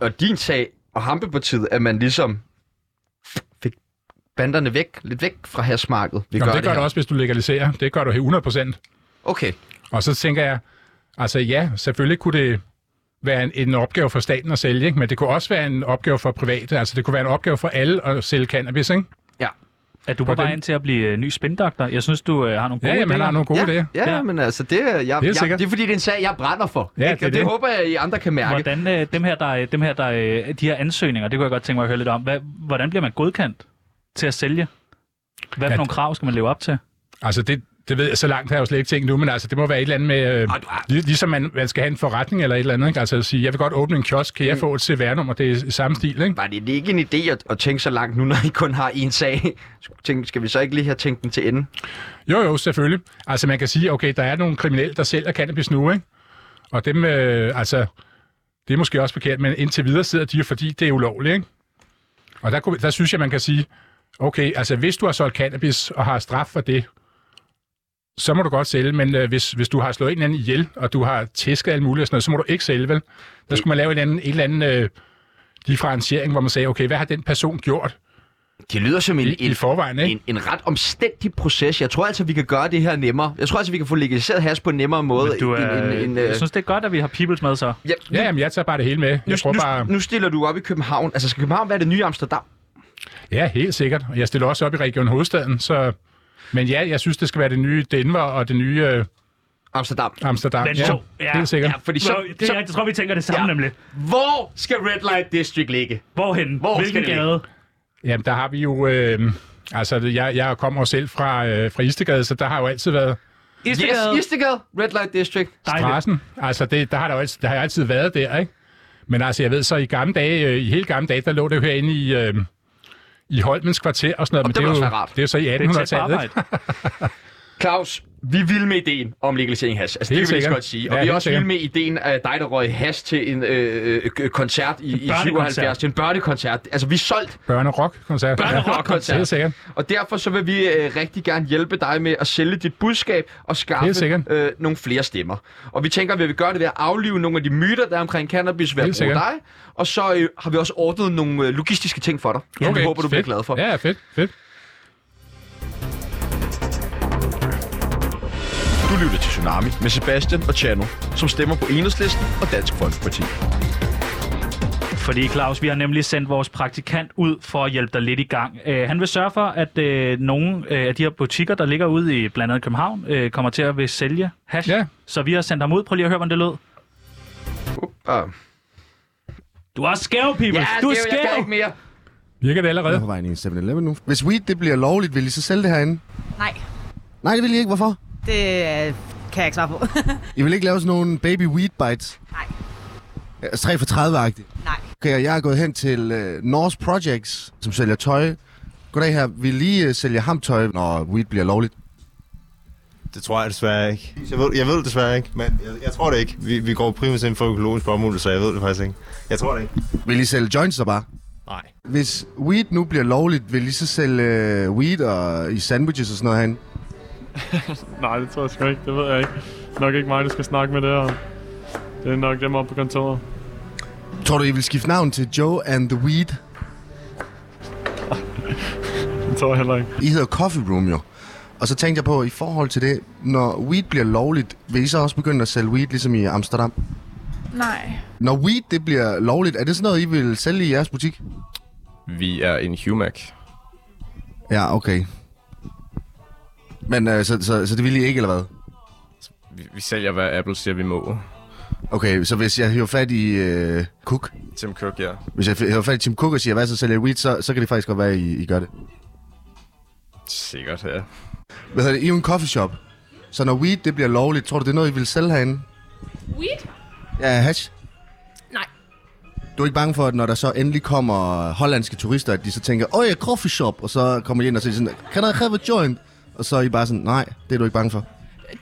Speaker 3: og din sag og Hampepartiet, at man ligesom fik banderne væk, lidt væk fra hasmarkedet. Vi
Speaker 4: Nå, det, det gør
Speaker 3: her.
Speaker 4: du også, hvis du legaliserer. Det gør du 100 procent.
Speaker 3: Okay.
Speaker 4: Og så tænker jeg, altså ja, selvfølgelig kunne det være en, en opgave for staten at sælge, ikke? men det kunne også være en opgave for private. Altså det kunne være en opgave for alle at sælge cannabis, ikke?
Speaker 2: Er du på
Speaker 4: Hvordan-
Speaker 2: vej ind til at blive øh, ny spindoktor? Jeg synes, du øh, har nogle gode
Speaker 4: Ja, jamen, han
Speaker 2: idéer.
Speaker 4: har nogle gode
Speaker 3: ja,
Speaker 4: idéer.
Speaker 3: ja,
Speaker 2: Ja.
Speaker 3: ja, men altså, det, jeg, det, jeg,
Speaker 4: sikkert.
Speaker 3: det er fordi, det er en sag, jeg brænder for.
Speaker 4: Ja,
Speaker 3: ikke?
Speaker 4: det er
Speaker 3: og det,
Speaker 4: det.
Speaker 3: håber jeg, I andre kan mærke.
Speaker 2: Hvordan øh, dem her, der, øh, dem her, der, øh, de her ansøgninger, det kunne jeg godt tænke mig at høre lidt om. Hvad, hvordan bliver man godkendt til at sælge? Hvad for
Speaker 4: Ja,
Speaker 2: nogle krav skal man leve op til?
Speaker 4: Altså det, det ved jeg, så langt har jeg jo slet ikke tænkt nu, men altså det må være et eller andet med, øh, lig- ligesom man, man skal have en forretning eller et eller andet, ikke? altså at sige, jeg vil godt åbne en kiosk, kan jeg få et CVR-nummer, det er i samme stil, ikke?
Speaker 3: Var det ikke en idé at, at tænke så langt nu, når I kun har én sag? Tænk, skal vi så ikke lige have tænkt den til ende?
Speaker 4: Jo, jo, selvfølgelig. Altså man kan sige, okay, der er nogle kriminelle, der sælger cannabis nu, ikke? Og dem, øh, altså, det er måske også forkert, men indtil videre sidder de jo, fordi det er ulovligt, ikke? Og der, kunne, der synes jeg, man kan sige, okay, altså hvis du har solgt cannabis og har straf for det, så må du godt sælge, men øh, hvis, hvis du har slået en eller anden ihjel, og du har tæsket alt muligt og sådan noget, så må du ikke sælge, vel? Der skulle man lave en eller anden, en eller anden øh, differentiering, hvor man sagde, okay, hvad har den person gjort
Speaker 3: Det lyder som en,
Speaker 4: i,
Speaker 3: en,
Speaker 4: i forvejen, ikke?
Speaker 3: en, en ret omstændig proces. Jeg tror altså, vi kan gøre det her nemmere. Jeg tror altså, vi kan få legaliseret hash på en nemmere måde.
Speaker 2: Du,
Speaker 3: end-
Speaker 2: øh,
Speaker 3: end- end, øh,
Speaker 2: jeg synes, det er godt, at vi har peoples med så.
Speaker 3: ja,
Speaker 4: Ja, jamen, jeg tager bare det hele med. Jeg tror
Speaker 3: nu,
Speaker 4: bare...
Speaker 3: nu stiller du op i København. Altså, skal København være det nye Amsterdam?
Speaker 4: Ja, helt sikkert. Og Jeg stiller også op i Region Hovedstaden, så... Men ja, jeg synes, det skal være det nye Denver og det nye øh,
Speaker 3: Amsterdam.
Speaker 4: Amsterdam.
Speaker 2: Blandt
Speaker 4: Ja,
Speaker 2: to. Ja,
Speaker 4: helt sikkert.
Speaker 3: Ja, fordi så,
Speaker 2: Nå, det,
Speaker 3: så,
Speaker 2: er- jeg tror, vi tænker det samme
Speaker 3: Ja.
Speaker 2: ja. nemlig.
Speaker 3: Hvor skal Red Light District ligge?
Speaker 2: Hvorhen?
Speaker 3: Hvor skal
Speaker 2: Hvilken
Speaker 3: det ligge?
Speaker 2: gade?
Speaker 4: Jamen, der har vi jo... Øh, altså, jeg, jeg kommer jo selv fra, øh, fra Istegade, så der har jo altid været
Speaker 3: Yes,
Speaker 2: Istegade.
Speaker 3: Istegade, Red Light District.
Speaker 2: Dejligt.
Speaker 4: pressen. Altså, det, der, har der, jo altid, der har jeg altid været der, ikke? Men altså, jeg ved så, i gamle dage, øh, i hele gamle dage, der lå det jo herinde i... Øh, i Holmens kvarter og sådan noget,
Speaker 3: Og det
Speaker 4: men
Speaker 3: må
Speaker 4: det,
Speaker 3: også
Speaker 4: er jo,
Speaker 3: være rart.
Speaker 4: det er jo så i
Speaker 2: Det er tæt på
Speaker 4: 1800-tallet.
Speaker 2: arbejde.
Speaker 4: ikke?
Speaker 3: Claus, vi er vilde med ideen om legalisering af hash. Altså, det
Speaker 4: Helt
Speaker 3: kan vi lige så
Speaker 4: sikkert.
Speaker 3: godt sige.
Speaker 4: Ja,
Speaker 3: Og vi er
Speaker 4: helt
Speaker 3: også vilde med ideen af dig, der røg hash til en øh, øh, koncert i, i
Speaker 2: børnekoncert.
Speaker 3: 77. Til en børnekoncert. Altså, vi er solgt
Speaker 4: Børne-rock-koncert.
Speaker 3: børnerockkoncert.
Speaker 4: Helt sikkert.
Speaker 3: Og derfor så vil vi øh, rigtig gerne hjælpe dig med at sælge dit budskab og
Speaker 4: Helt
Speaker 3: skaffe
Speaker 4: sikkert.
Speaker 3: øh, nogle flere stemmer. Og vi tænker, at vi vil gøre det ved at aflive nogle af de myter, der er omkring cannabis ved at bruge
Speaker 4: Helt sikkert.
Speaker 3: dig. Og så øh, har vi også ordnet nogle øh, logistiske ting for dig. Okay. Det håber, du bliver
Speaker 4: fedt.
Speaker 3: glad for.
Speaker 4: Ja, fedt, fedt.
Speaker 1: Du lytter til Tsunami med Sebastian og Chano, som stemmer på Enhedslisten og Dansk Folkeparti.
Speaker 2: Fordi Claus, vi har nemlig sendt vores praktikant ud for at hjælpe dig lidt i gang. Øh, han vil sørge for, at øh, nogle øh, af de her butikker, der ligger ude i blandt andet København, øh, kommer til at vil sælge hash.
Speaker 4: Ja.
Speaker 2: Så vi har sendt ham ud. Prøv lige at høre, hvordan det lød.
Speaker 3: Ja,
Speaker 2: Du er skæv, people.
Speaker 3: ja
Speaker 2: du er
Speaker 3: det er jo- jeg kan
Speaker 2: skæv.
Speaker 3: ikke mere.
Speaker 4: Virker det allerede?
Speaker 7: Jeg er på vej ind i en 7-Eleven nu. Hvis weed det bliver lovligt, vil I så sælge det herinde?
Speaker 8: Nej,
Speaker 7: Nej, det vil I ikke. Hvorfor?
Speaker 8: det øh, kan jeg ikke svare på. <laughs>
Speaker 7: I vil ikke lave sådan nogle baby weed bites?
Speaker 8: Nej.
Speaker 7: Altså 3 for 30-agtigt.
Speaker 8: Nej.
Speaker 7: Okay, og jeg er gået hen til uh, Norse Projects, som sælger tøj. Goddag her. Vil I lige uh, sælge hamtøj, når weed bliver lovligt?
Speaker 9: Det tror jeg desværre ikke. Jeg ved, jeg ved det desværre ikke, men jeg, jeg tror det ikke. Vi, vi går primært ind for økologisk bomuld, så jeg ved det faktisk ikke. Jeg tror det ikke.
Speaker 7: Vil I sælge joints der bare?
Speaker 9: Nej.
Speaker 7: Hvis weed nu bliver lovligt, vil I så sælge uh, weed og i sandwiches og sådan noget herinde?
Speaker 10: Nej, det tror jeg sgu ikke. Det ved jeg ikke. Det er nok ikke mig, der skal snakke med det her. Det er nok dem oppe på kontoret.
Speaker 7: Tror du, I vil skifte navn til Joe and the Weed?
Speaker 10: Det tror jeg heller ikke.
Speaker 7: I hedder Coffee Room jo. Og så tænkte jeg på, i forhold til det, når weed bliver lovligt, vil I så også begynde at sælge weed, ligesom i Amsterdam?
Speaker 11: Nej.
Speaker 7: Når weed det bliver lovligt, er det sådan noget, I vil sælge i jeres butik?
Speaker 12: Vi er en humac.
Speaker 7: Ja, okay. Men øh, så, så, så det vil I ikke, eller hvad?
Speaker 12: Vi, vi sælger, hvad Apple siger, vi må.
Speaker 7: Okay, så hvis jeg hiver fat i øh, Cook,
Speaker 12: Tim Cook, ja.
Speaker 7: hvis jeg hiver fat i Tim Cook og siger, hvad så sælger I weed, så, så kan det faktisk godt være, I, I gør det.
Speaker 12: Sikkert, ja.
Speaker 7: Hvad hedder det? I er jo en coffee shop. Så når weed det bliver lovligt, tror du, det er noget, I vil sælge herinde?
Speaker 11: Weed?
Speaker 7: Ja, hash. Du er ikke bange for, at når der så endelig kommer hollandske turister, at de så tænker, åh, jeg coffee shop, og så kommer de ind og siger sådan, kan der have a joint? Og så er I bare sådan, nej, det er du ikke bange for.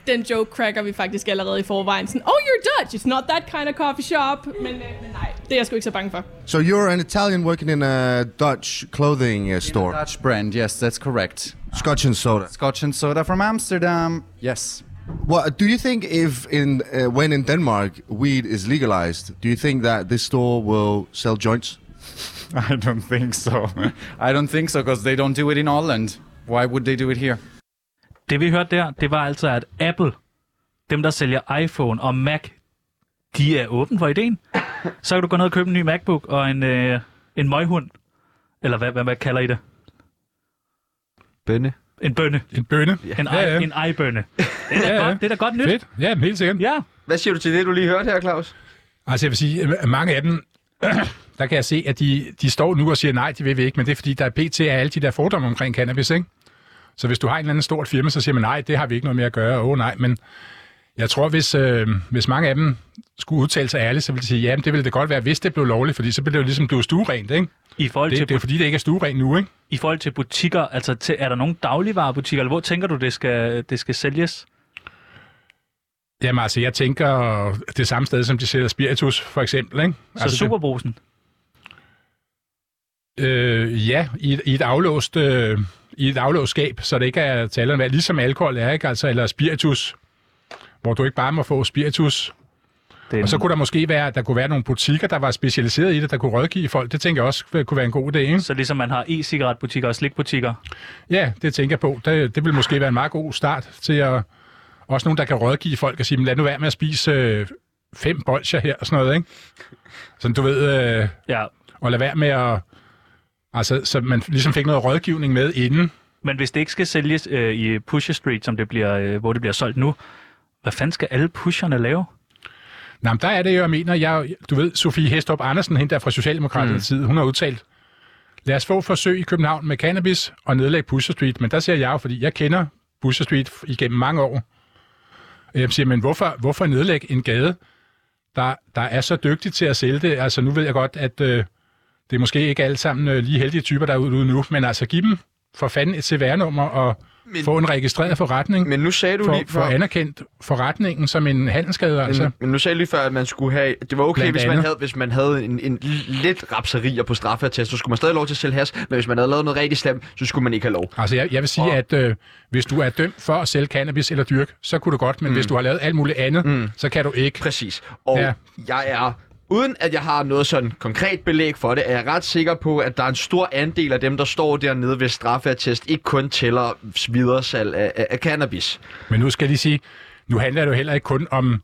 Speaker 11: Den joke cracker vi faktisk allerede i forvejen. Sådan, oh, you're Dutch, it's not that kind of coffee shop. Men, øh, men nej, det er jeg sgu ikke så bange for.
Speaker 7: So you're an Italian working in a Dutch clothing uh, store.
Speaker 13: Dutch brand, yes, that's correct.
Speaker 7: Scotch and soda.
Speaker 13: Scotch and soda from Amsterdam, yes.
Speaker 7: Well, do you think if in uh, when in Denmark weed is legalized, do you think that this store will sell joints?
Speaker 13: <laughs> I don't think so. <laughs> I don't think so, because they don't do it in Holland. Why would they do it here?
Speaker 2: Det vi hørte der, det var altså, at Apple, dem der sælger iPhone og Mac, de er åbne for ideen. Så kan du gå ned og købe en ny MacBook og en, øh, en møghund. Eller hvad, hvad, hvad kalder I det?
Speaker 6: Bønne.
Speaker 2: En bønne.
Speaker 4: En bønne.
Speaker 2: En, ej,
Speaker 4: Ja, ja.
Speaker 2: en ejbønne. Det er da
Speaker 4: Ja, ja.
Speaker 2: godt, det er da godt nyt.
Speaker 4: Fedt. Ja, helt sikkert.
Speaker 2: Ja.
Speaker 3: Hvad siger du til det, du lige hørte her, Claus?
Speaker 4: Altså, jeg vil sige, at mange af dem, <clears throat> der kan jeg se, at de, de står nu og siger, nej, det vil vi ikke, men det er fordi, der er pt. af alle de der fordomme omkring cannabis, ikke? Så hvis du har en eller anden stort firma, så siger man, nej, det har vi ikke noget med at gøre, åh oh, nej, men jeg tror, hvis, øh, hvis mange af dem skulle udtale sig ærligt, så ville de sige, jamen det ville det godt være, hvis det blev lovligt, fordi så blev det jo ligesom blevet stuerent, ikke?
Speaker 2: I forhold
Speaker 4: det,
Speaker 2: til-
Speaker 4: det er fordi, det ikke er stuerent nu, ikke?
Speaker 2: I forhold til butikker, altså til, er der nogle dagligvarerbutikker, eller hvor tænker du, det skal, det skal sælges?
Speaker 4: Jamen altså, jeg tænker det samme sted, som de sælger spiritus, for eksempel, ikke?
Speaker 2: Så
Speaker 4: altså,
Speaker 2: altså, superbrusen?
Speaker 4: Øh, ja, i et, i et aflåst... Øh, i et aflåst skab, så det ikke er tale om, hvad- ligesom alkohol er, ikke? Altså, eller spiritus, hvor du ikke bare må få spiritus.
Speaker 2: Den.
Speaker 4: Og så kunne der måske være, der kunne være nogle butikker, der var specialiseret i det, der kunne rådgive folk. Det tænker jeg også kunne være en god idé, ikke?
Speaker 2: Så ligesom man har e-cigaretbutikker og slikbutikker.
Speaker 4: Ja, det tænker jeg på. Det, det vil måske være en meget god start til at... Også nogen, der kan rådgive folk og sige, "Men lad nu være med at spise øh, fem bolcher her og sådan noget, ikke? Sådan, du ved... Øh,
Speaker 2: ja.
Speaker 4: Og lad være med at... Altså, så man ligesom fik noget rådgivning med inden.
Speaker 2: Men hvis det ikke skal sælges øh, i Pusher Street, som det bliver, øh, hvor det bliver solgt nu, hvad fanden skal alle pusherne lave?
Speaker 4: Nå, men der er det jo, jeg mener. Jeg, du ved, Sofie Hestrup Andersen, hende der fra Socialdemokraternes mm. side, hun har udtalt, lad os få forsøg i København med cannabis og nedlægge Pusher Street. Men der ser jeg jo, fordi jeg kender Pusher Street f- igennem mange år. Øh, Jeg siger, men hvorfor, hvorfor nedlægge en gade, der, der er så dygtig til at sælge det? Altså, nu ved jeg godt, at øh, det er måske ikke alle sammen øh, lige heldige typer, der er ude nu, men altså, giv dem for fanden et CVR-nummer og men, få en registreret forretning.
Speaker 3: Men nu sagde du
Speaker 4: for,
Speaker 3: lige
Speaker 4: for...
Speaker 3: før-
Speaker 4: anerkendt forretningen som en handelsgade, altså.
Speaker 3: Men, men nu sagde jeg lige før, at man skulle have... Det var okay,
Speaker 4: Blandt
Speaker 3: hvis man,
Speaker 4: andet.
Speaker 3: havde, hvis man havde en, en lidt rapserier på straffeattest, så skulle man stadig have lov til at sælge has, men hvis man havde lavet noget rigtig slemt, så skulle man ikke have lov.
Speaker 4: Altså, jeg, jeg vil sige, og... at øh, hvis du er dømt for at sælge cannabis eller dyrke, så kunne du godt, men mm. hvis du har lavet alt muligt andet, mm. så kan du ikke.
Speaker 3: Præcis. Og
Speaker 4: Ja.
Speaker 3: ja. jeg er, uden at jeg har noget sådan konkret belæg for det, er jeg ret sikker på, at der er en stor andel af dem, der står dernede ved straffeattest, ikke kun tæller videresalg af, af, af cannabis.
Speaker 4: Men nu skal jeg lige sige, nu handler det jo heller ikke kun om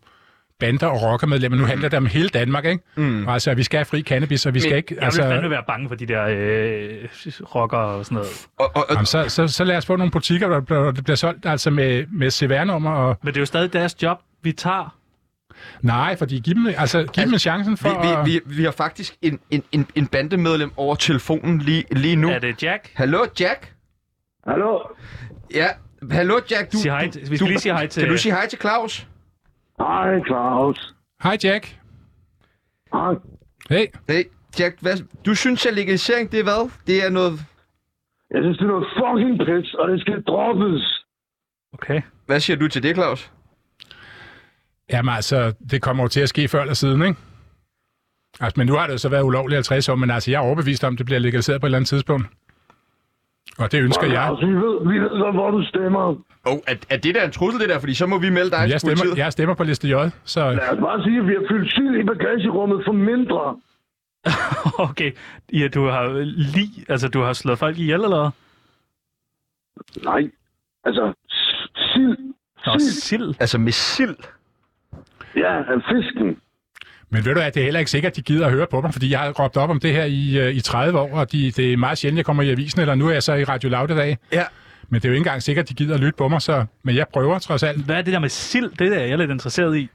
Speaker 4: bander og rockermedlemmer, nu handler det om hele Danmark, ikke? Mm. Altså, vi skal have fri cannabis, og vi skal
Speaker 2: Men
Speaker 4: ikke...
Speaker 2: Jeg
Speaker 4: altså,
Speaker 2: vil fandme være bange for de der øh, rocker og sådan noget.
Speaker 3: Og, og,
Speaker 4: Jamen, så, så, så lad os få nogle butikker, der, bliver- der bliver solgt altså med, med CVR-nummer og...
Speaker 2: Men det er jo stadig deres job, vi tager.
Speaker 4: Nej, fordi giv dem, altså, giv dem chancen for
Speaker 3: vi,
Speaker 4: at-
Speaker 3: vi, vi, vi har faktisk en, en, en, en bandemedlem over telefonen lige, lige nu.
Speaker 2: Er det Jack?
Speaker 3: Hallo, Jack?
Speaker 14: Hallo?
Speaker 3: Ja, hallo Jack. Du,
Speaker 2: Sig hej
Speaker 3: du-
Speaker 2: til- vi skal
Speaker 3: du-
Speaker 2: lige sige hej til-
Speaker 3: Kan du sige hej til Claus?
Speaker 14: Hej, Claus.
Speaker 4: Hej, Jack.
Speaker 14: Hej.
Speaker 4: Hey.
Speaker 3: Hey, Jack, hvad, du synes, at legalisering, det er hvad? Det er noget...
Speaker 14: Jeg synes, det er noget fucking pis, og det skal droppes.
Speaker 2: Okay.
Speaker 3: Hvad siger du til det, Claus?
Speaker 4: Jamen altså, det kommer jo til at ske før eller siden, ikke? Altså, men nu har det jo så været ulovligt i 50 år, men altså, jeg er overbevist om, at det bliver legaliseret på et eller andet tidspunkt. Og det ønsker
Speaker 14: Hvor-
Speaker 4: jeg.
Speaker 14: Altså, vi ved, vi ved så, hvor du stemmer.
Speaker 3: Oh, er, er det der en trussel, det der? Fordi så må vi melde dig
Speaker 4: Jeg
Speaker 3: til
Speaker 4: stemmer,
Speaker 3: politiet.
Speaker 4: jeg stemmer på liste J, så...
Speaker 14: Lad os bare sige, at vi har fyldt sygt i bagagerummet for mindre.
Speaker 2: <laughs> Okay. Ja, du har lige, altså du har slået folk ihjel eller hvad?
Speaker 14: Nej. Altså, s- sild.
Speaker 2: <laughs> Nå, sild.
Speaker 3: Altså med sild.
Speaker 14: Ja, af fisken.
Speaker 4: Men ved du at det er heller ikke sikkert, at de gider at høre på mig, fordi jeg har råbt op om det her i, øh, i 30 år, og de, det er meget sjældent, jeg kommer i avisen, eller nu er jeg så i Radio Loud i dag.
Speaker 3: Ja.
Speaker 4: Men det er jo ikke engang sikkert, at de gider at lytte på mig, så... Men jeg prøver trods alt.
Speaker 2: Hvad er det der med sild? Det der er jeg lidt interesseret i.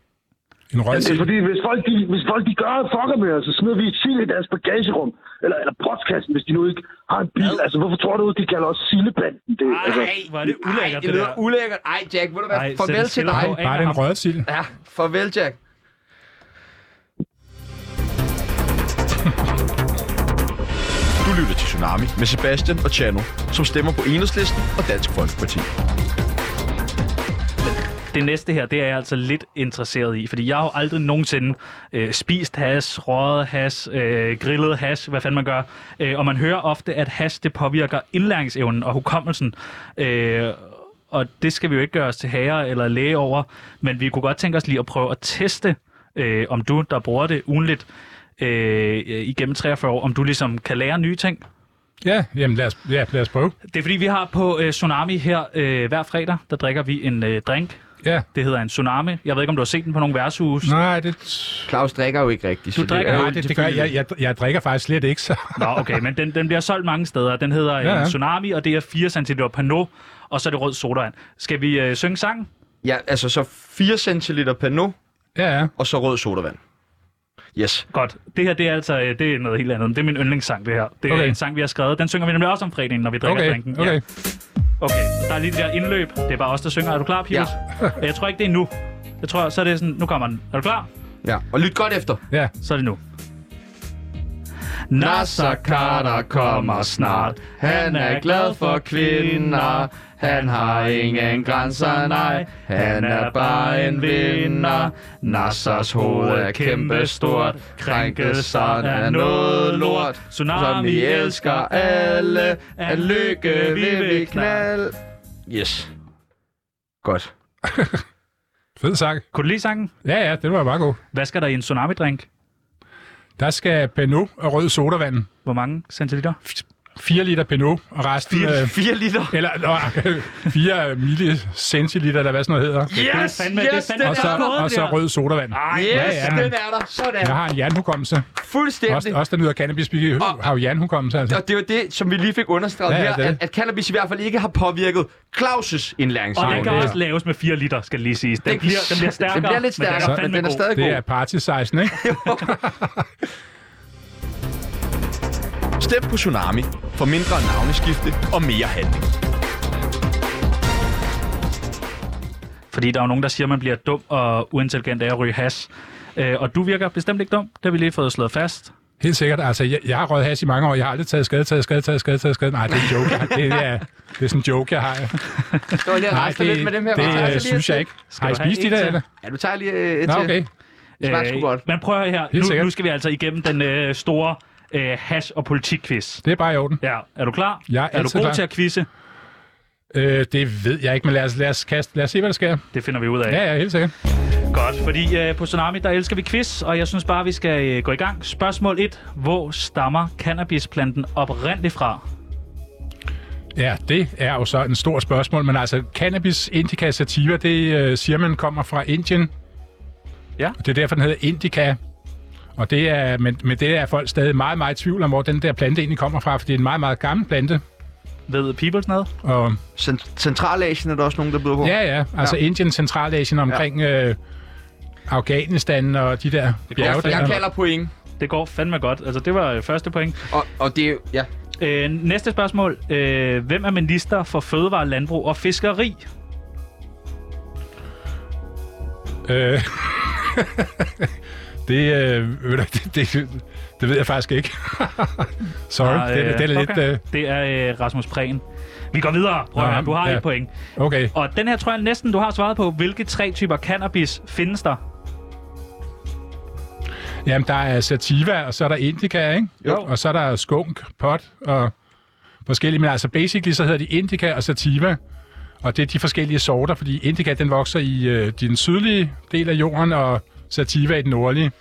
Speaker 4: En
Speaker 14: Ja, det er fordi, hvis folk, de, hvis folk de gør fucker med os, så smider vi sild i deres bagagerum. Eller, eller postkassen, hvis de nu ikke har en bil. Altså, hvorfor tror du, de kalder os sildebanden? Det, altså,
Speaker 2: hvor er det
Speaker 3: ulækkert, det, lyder ulækkert. Ej, Jack, ved du hvad?
Speaker 14: Ej, sæt en
Speaker 3: farvel til
Speaker 14: sild
Speaker 3: dig.
Speaker 14: på. Bare den
Speaker 4: røde sild.
Speaker 3: Ja, farvel, Jack. Du lytter til Tsunami med Sebastian og Chano, som stemmer på Enhedslisten og Dansk Folkeparti.
Speaker 2: Det næste her, det er jeg altså lidt interesseret i, fordi jeg har jo aldrig nogensinde øh, spist hash, røget hash, øh, grillet hash, hvad fanden man gør. Øh, og man hører ofte, at hash det påvirker indlæringsevnen og hukommelsen. Øh, og det skal vi jo ikke gøre os til herre eller læge over, men vi kunne godt tænke os lige at prøve at teste, øh, om du, der bruger det ugenligt øh, igennem 43 år, om du ligesom kan lære nye ting.
Speaker 4: Ja, jamen lad os, ja, lad os prøve.
Speaker 2: Det er fordi, vi har på øh, Tsunami her øh, hver fredag, der drikker vi en øh, drink.
Speaker 4: Ja.
Speaker 2: Det hedder en Tsunami. Jeg ved ikke, om du har set den på nogle værtshus.
Speaker 4: Nej, det...
Speaker 6: Claus drikker jo ikke rigtigt.
Speaker 2: Du
Speaker 6: så
Speaker 2: drikker
Speaker 6: er jo
Speaker 2: nej,
Speaker 4: Det, det
Speaker 6: lidt
Speaker 4: gør,
Speaker 6: billigt.
Speaker 4: jeg, jeg, jeg drikker faktisk slet ikke, så...
Speaker 2: Nå, okay, men den, den bliver solgt mange steder. Den hedder ja,
Speaker 4: Ja,
Speaker 2: ja.
Speaker 4: ja.
Speaker 2: en Tsunami, og det er 4 cm Pernod, og så er det rød sodavand. Skal vi øh, synge sangen?
Speaker 3: Ja, altså så 4 centiliter Pernod
Speaker 4: <laughs> ja, ja.
Speaker 3: og så rød sodavand. Yes.
Speaker 2: Godt. Det her, det er altså øh, det er noget helt andet. Det er min yndlingssang, det her. Det er okay.
Speaker 4: Okay.
Speaker 2: en sang, vi har skrevet. Den synger vi nemlig også om fredagen, når vi drikker
Speaker 4: Okay,
Speaker 2: drinken.
Speaker 4: okay.
Speaker 2: Ja. Okay, så der er lige det der indløb. Det er bare os, der synger. Er du klar, Pius? Ja. Jeg tror ikke, det er nu. Jeg tror, så er det sådan, nu kommer den. Er du klar?
Speaker 3: Ja, og lyt godt efter.
Speaker 4: Ja.
Speaker 2: Så er det nu. Nasakata kommer snart.
Speaker 15: Han er glad for kvinder. Han har ingen grænser, nej. Han er bare en vinder. Nassers hoved er kæmpestort. Krænket sådan er noget lort. Som vi elsker alle. Af lykke vi vil knald.
Speaker 3: Yes. Godt.
Speaker 4: Fed sang.
Speaker 2: Kunne du lide sangen?
Speaker 4: Ja, ja, det var meget god.
Speaker 2: Hvad skal der i en tsunami-drink?
Speaker 4: Der skal Pernod og rød sodavand.
Speaker 2: Hvor mange centiliter?
Speaker 4: 4 liter Pernod, og resten... øh,
Speaker 2: Fire-
Speaker 3: 4 liter?
Speaker 4: Eller, nå, <laughs> 4 millicentiliter, eller hvad sådan noget hedder.
Speaker 2: Det er fandme- det er fandme
Speaker 4: og, så,
Speaker 2: godt gået,
Speaker 4: og
Speaker 2: det
Speaker 4: så
Speaker 2: der.
Speaker 4: rød sodavand.
Speaker 3: Yes, den er der. Sådan.
Speaker 4: Jeg har en jernhukommelse.
Speaker 3: Fuldstændig.
Speaker 4: Også, også der nyder cannabis, vi har jo jernhukommelse, altså.
Speaker 3: Og det var det, som vi lige fik understreget
Speaker 4: Ja,
Speaker 3: ja,
Speaker 4: ja,
Speaker 3: her,
Speaker 4: det er
Speaker 3: at,
Speaker 4: det.
Speaker 3: at cannabis i hvert fald ikke har påvirket Claus' indlæringsevne.
Speaker 2: Og den kan også laves med 4 liter, skal lige siges. Den,
Speaker 3: Den-
Speaker 2: <laughs> bliver, den bliver
Speaker 3: den
Speaker 2: stærkere,
Speaker 3: bliver
Speaker 2: men
Speaker 3: lidt
Speaker 2: den
Speaker 3: stærkere,
Speaker 2: er, fandme
Speaker 3: men den er
Speaker 2: god.
Speaker 3: stadig
Speaker 4: Det er party size, ikke?
Speaker 3: Stem på Tsunami for mindre navneskifte og mere handling.
Speaker 2: Fordi der er jo nogen, der siger, at man bliver dum og uintelligent af at ryge hash. Øh, og du virker bestemt ikke dum. Det har vi lige fået slået fast.
Speaker 4: Helt sikkert. Altså, jeg, jeg har røget has i mange år. Jeg har aldrig taget skade, taget skade, taget skade, taget skade. Nej, det er en joke. Jeg har. Det, er, det er sådan en joke, jeg har.
Speaker 3: Står lige og
Speaker 4: Nej,
Speaker 3: rester
Speaker 4: det-
Speaker 3: lidt med dem her.
Speaker 4: det,
Speaker 3: Bare rester
Speaker 4: øh,
Speaker 3: lige et
Speaker 4: synes jeg
Speaker 3: til.
Speaker 4: ikke. Har I
Speaker 3: du have
Speaker 4: spist de
Speaker 3: en
Speaker 4: der,
Speaker 3: til?
Speaker 4: eller?
Speaker 3: Ja, du tager lige øh, et
Speaker 4: Nå,
Speaker 3: til.
Speaker 4: okay.
Speaker 3: Det smager sgu godt.
Speaker 2: Øh, Men prøv at høre
Speaker 4: Helt
Speaker 2: her. Nu,
Speaker 4: sikkert.
Speaker 2: nu skal vi altså igennem den øh, store øh, hash- og politikquiz.
Speaker 4: Det er bare i orden.
Speaker 2: Ja, er du klar?
Speaker 4: Jeg er
Speaker 2: er du
Speaker 4: altid
Speaker 2: god
Speaker 4: klar.
Speaker 2: til at quizze?
Speaker 4: Øh, det ved jeg ikke, men lad os, lad os, kaste, lad os se, hvad der sker.
Speaker 2: Det finder vi ud af.
Speaker 4: Ja, ja, helt sikkert.
Speaker 2: Godt, fordi øh, på Tsunami, der elsker vi quiz, og jeg synes bare, vi skal øh, gå i gang. Spørgsmål 1. Hvor stammer cannabisplanten oprindeligt fra?
Speaker 4: Ja, det er jo så en stor spørgsmål, men altså cannabis indica sativa, det øh, siger man kommer fra Indien.
Speaker 2: Ja.
Speaker 4: Det er derfor, den hedder indica. Og det er, men, men det er folk stadig meget, meget i tvivl om, hvor den der plante egentlig kommer fra, for det er en meget, meget gammel plante.
Speaker 2: Ved Peoples noget?
Speaker 4: Og,
Speaker 6: Cent- Centralasien er der også nogen, der byder på.
Speaker 4: ja, ja, altså ja. Indien, Centralasien omkring ja. øh, Afghanistan og de der bjerge.
Speaker 3: jeg
Speaker 4: der.
Speaker 3: kalder point.
Speaker 2: Det går fandme godt. Altså, det var øh, første point.
Speaker 3: Og, og det er jo- ja.
Speaker 2: Øh, næste spørgsmål. Øh, hvem er minister for fødevare, landbrug og fiskeri?
Speaker 4: Øh, <laughs> det, øh, ved du, det, det, det ved jeg faktisk ikke. <laughs> Sorry,
Speaker 2: Og,
Speaker 4: ah, det, det, det er lidt... Øh,
Speaker 2: Det er øh, Rasmus Prehn. Vi går videre. Prøv at
Speaker 4: Nå,
Speaker 2: høre, du har
Speaker 4: ja.
Speaker 2: et point.
Speaker 4: øh, Okay.
Speaker 2: Og den her tror jeg næsten, du har svaret på. Hvilke tre typer cannabis findes der?
Speaker 4: Jamen, der er sativa, og så er der indica, ikke?
Speaker 2: Jo.
Speaker 4: Og så er der skunk, pot og forskellige. Men altså, basically, så hedder de indica og sativa. Og det er de forskellige sorter, fordi indica, den vokser i øh, den sydlige del af jorden, og sativa i den nordlige.